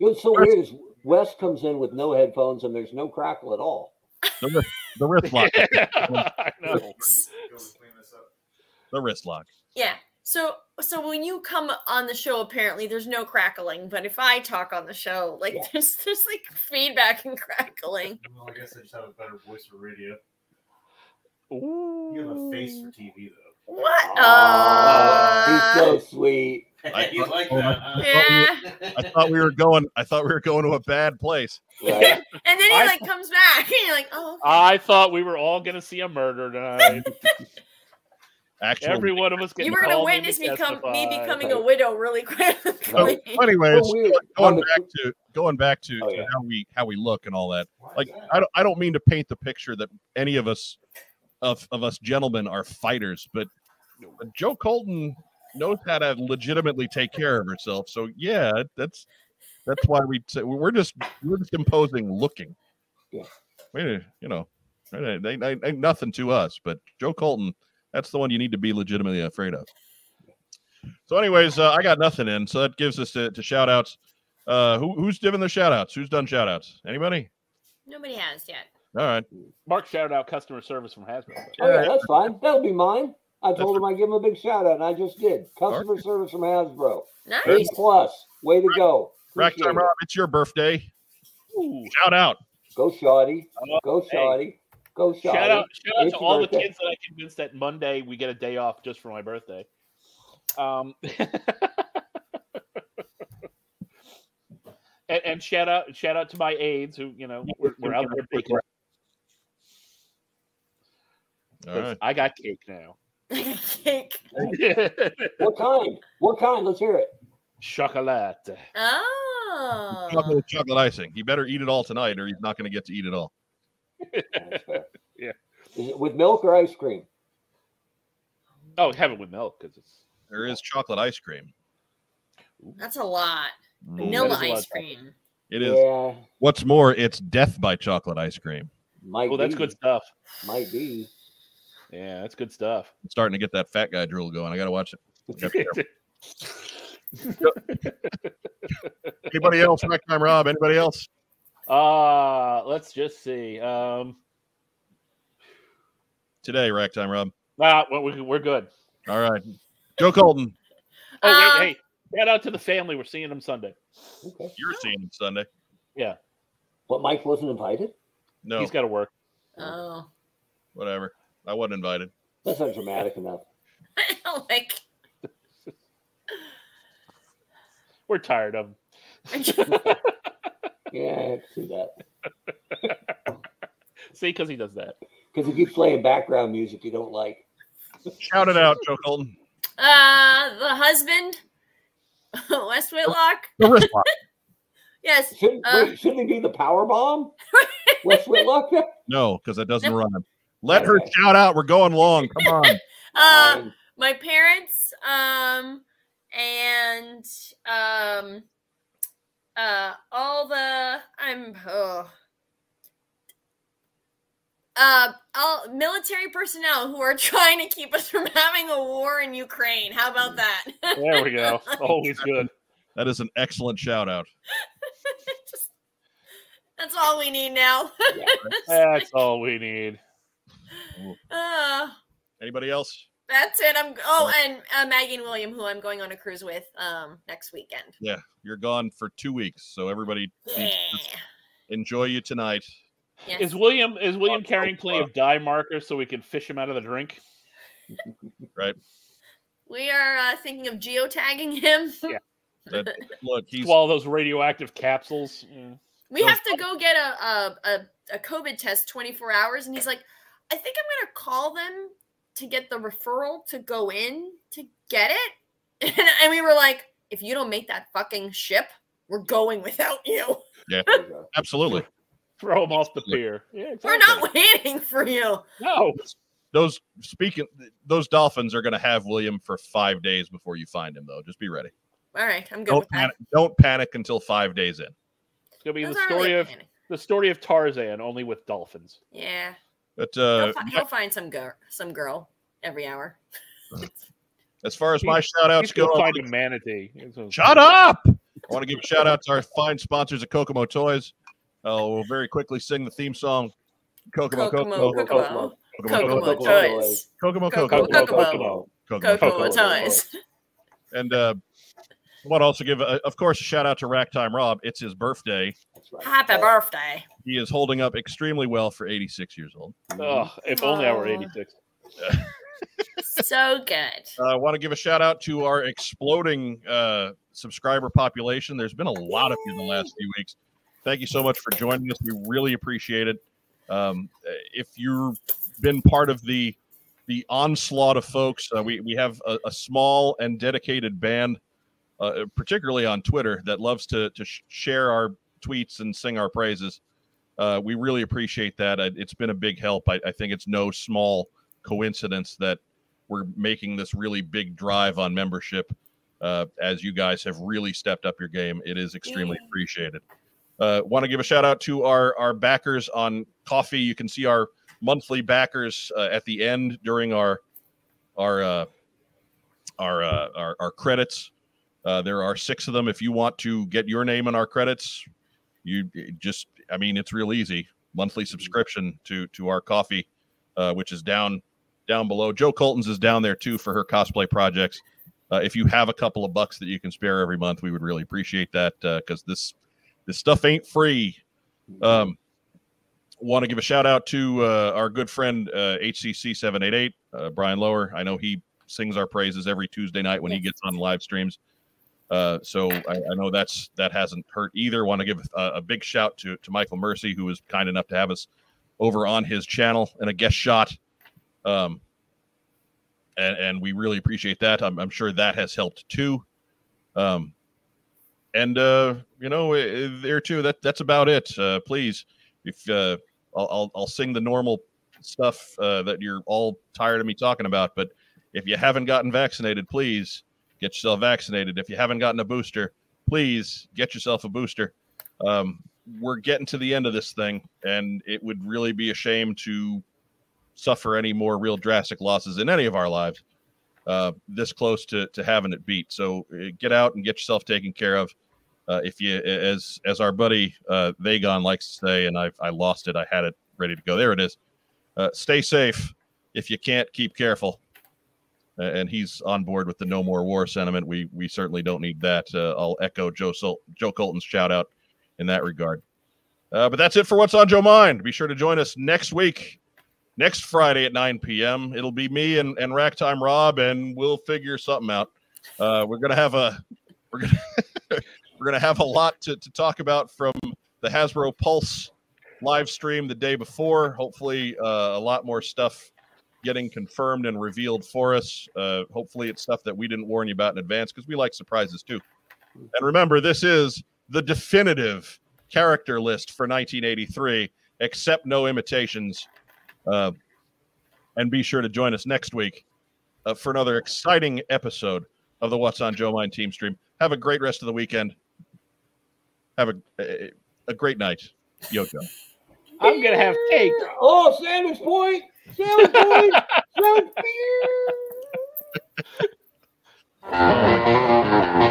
You know what's so weird is Wes comes in with no headphones and there's no crackle at all. The wrist, the wrist lock. I know. The wrist lock. yeah. So so when you come on the show, apparently there's no crackling, but if I talk on the show, like Yeah. there's there's like feedback and crackling. Well, I guess I just have a better voice for radio. Ooh. TV though. What? Oh, Aw, Uh, he's so sweet. I- you like oh, yeah. I thought we were going. I thought we were going to a bad place. And Right? then he I- like comes back, and you're like, oh, okay. I thought we were all gonna see a murder tonight. Actually, Every one of us getting you were gonna called in witness me to come me testify. becoming a widow really so, quickly. anyways, So weird. going On the- back to going back to, Oh, to yeah. how we how we look and all that. Like Oh, I don't I don't mean to paint the picture that any of us of of us gentlemen are fighters, but, but Joe Colton knows how to legitimately take care of herself. So yeah, that's that's why we say we're just we're just imposing looking. Yeah. We, you know, it ain't, ain't, ain't nothing to us, but Joe Colton, that's the one you need to be legitimately afraid of. So, anyways, uh, I got nothing in, so that gives us to, to shout outs. Uh, who, who's giving the shout outs? Who's done shout outs? Anybody? Nobody has yet. All right. Mark shouted out customer service from Hasbro. Oh, yeah, that's fine. That'll be mine. I told him I'd give him a big shout out, and I just did. Customer service from Hasbro. A Nice. plus. Way to go. Rack Appreciate time, it. Rob. It's your birthday. Ooh. Shout out. Go shawty. Oh, Go hey. shawty. Go shawty. Shout out, shout out It's to your all the birthday. kids that I convinced that Monday we get a day off just for my birthday. Um, and, and shout out, shout out to my aides who you know we're, we're out there taking. All right. I got cake now. Cake. What kind? What kind? Let's hear it. Chocolate. Chocolate, Oh. with chocolate icing. He better eat it all tonight, or he's not going to get to eat it all. That's fair. Yeah. Is it with milk or ice cream? Oh, have it with milk because it's There is chocolate ice cream. That's a lot. that Vanilla is a lot. ice cream. It is. Yeah. What's more, it's death by chocolate ice cream. Might oh, that's be. good stuff. Might be. Yeah, that's good stuff. I'm starting to get that fat guy drool going. I got to watch it. I gotta be careful. Anybody else? Rack time, Rob. Anybody else? uh let's just see. Um, Today, rack time, Rob. ah, well, we, we're good. All right. Joe Colton, Oh, Um, wait, hey, shout out to the family. We're seeing them Sunday. Okay. you're seeing him Sunday. But Mike wasn't invited? No, He's got to work. Oh. whatever. I wasn't invited. That's not dramatic enough. like. We're tired of him. Yeah, I can see that. See, because he does that. Because he keeps playing background music you don't like. Shout it out, Joe Colton. Uh, the husband, West Whitlock. The wrist lock. Yes. Shouldn't, Uh. wait, shouldn't it be the power bomb? Wes Whitlock? No, because it doesn't No. run. Let her Okay. shout out. We're going long. Come on. Uh, Um, my parents. Um, and um, uh, all the I'm. Oh. uh, all military personnel who are trying to keep us from having a war in Ukraine. How about that? There we go. Always good. That is an excellent shout out. Just- that's all we need now. That's all we need. Uh, Anybody else? that's it. I'm. Oh, and uh, Maggie and William, who I'm going on a cruise with um next weekend. Yeah, you're gone for two weeks, so everybody Yeah. enjoy you tonight. Yes. Is William is William carrying plenty of dye markers so we can fish him out of the drink? we are uh, thinking of geotagging him. Yeah. That- Look, he's Swallow those radioactive capsules. Yeah. We Those- have to go get a a, a a COVID test 24 hours, and he's like, I think I'm gonna call them to get the referral to go in to get it. And, and we were like, if you don't make that fucking ship, we're going without you. There you go. absolutely Throw him off the pier. Yeah, We're not waiting for you. No. those speaking those dolphins are going to have William for 5 days before you find him though. Just be ready. All right, I'm good Oh, Don't with that. panic, don't panic until 5 days in. It's gonna be the Those aren't really story of panic. the story of Tarzan, only with dolphins. yeah. But He'll, uh fi- he'll find some girl, some girl every hour. as far as my He's- shout outs He's gonna go, I find wanna- a manatee. It's a- Shut up! I want to give a shout out to our fine sponsors at Kokomo Toys. Uh, we'll very quickly sing the theme song Kokomo Kokomo, Kokomo Kokomo, Kokomo, Kokomo, Kokomo toys, Kokomo Kokomo, Kokomo Kokomo, Kokomo Kokomo Kokomo, toys. And uh, I want to also give, uh, of course, a shout out to Racktime Rob. It's his birthday. That's right. Happy birthday. He is holding up extremely well for 86 years old. Mm. Ugh, if only I were Aw. 86. So good. Uh, I want to give a shout out to our exploding uh, subscriber population. There's been a lot of you in the last few weeks. Thank you so much for joining us. We really appreciate it. Um, uh, if you've been part of the the onslaught of folks, uh, we we have a, a small and dedicated band, uh, particularly on Twitter, that loves to to sh- share our tweets and sing our praises. Uh, we really appreciate that. Uh, It's been a big help. I, I think it's no small coincidence that we're making this really big drive on membership uh, as you guys have really stepped up your game. It is extremely Yay. appreciated. Uh, Want to give a shout out to our our backers on coffee. You can see our monthly backers uh, at the end during our our uh, our, uh, our our credits. Uh, there are six of them. If you want to get your name in our credits, you it just I mean it's real easy. Monthly subscription to to our coffee, uh, which is down down below. Joe Colton's is down there too for her cosplay projects. Uh, if you have a couple of bucks that you can spare every month, we would really appreciate that because this this stuff ain't free. Um, Want to give a shout out to uh, our good friend uh, HCC788, uh, Brian Lower. I know he sings our praises every Tuesday night when he gets on live streams. Uh, so I, I know that's that hasn't hurt either. Want to give a, a big shout to to Michael Mercy, who was kind enough to have us over on his channel and a guest shot. Um, and and we really appreciate that. I'm, I'm sure that has helped too. Um, and uh, you know, eh, there too. That that's about it. Uh, please, if uh, I'll, I'll I'll sing the normal stuff uh, that you're all tired of me talking about, but if you haven't gotten vaccinated, please get yourself vaccinated. If you haven't gotten a booster, please get yourself a booster. Um, we're getting to the end of this thing, and it would really be a shame to suffer any more real drastic losses in any of our lives uh, this close to, to having it beat. So uh, get out and get yourself taken care of. Uh, if you, as as our buddy uh, Vagon likes to say, and I I lost it, I had it ready to go. There it is. Uh, stay safe. If you can't, keep careful. Uh, and he's on board with the no more war sentiment. We we certainly don't need that. Uh, I'll echo Joe Sol- Joe Colton's shout out in that regard. Uh, but that's it for what's on Joe Mind. Be sure to join us next week, next Friday at 9 p.m. It'll be me and and Racktime Rob, and we'll figure something out. Uh, we're gonna have a we're gonna we're gonna have a lot to, to talk about from the Hasbro Pulse live stream the day before. Hopefully, uh, a lot more stuff getting confirmed and revealed for us. Uh, hopefully, it's stuff that we didn't warn you about in advance because we like surprises too. And remember, this is the definitive character list for 1983. Accept no imitations. Uh, and be sure to join us next week uh, for another exciting episode of the What's on Joe Mine team stream. Have a great rest of the weekend. Have a, a, a great night, Yoko. I'm gonna have cake. Beer! Oh, sandwich point. Sandwich point. sandwich beer.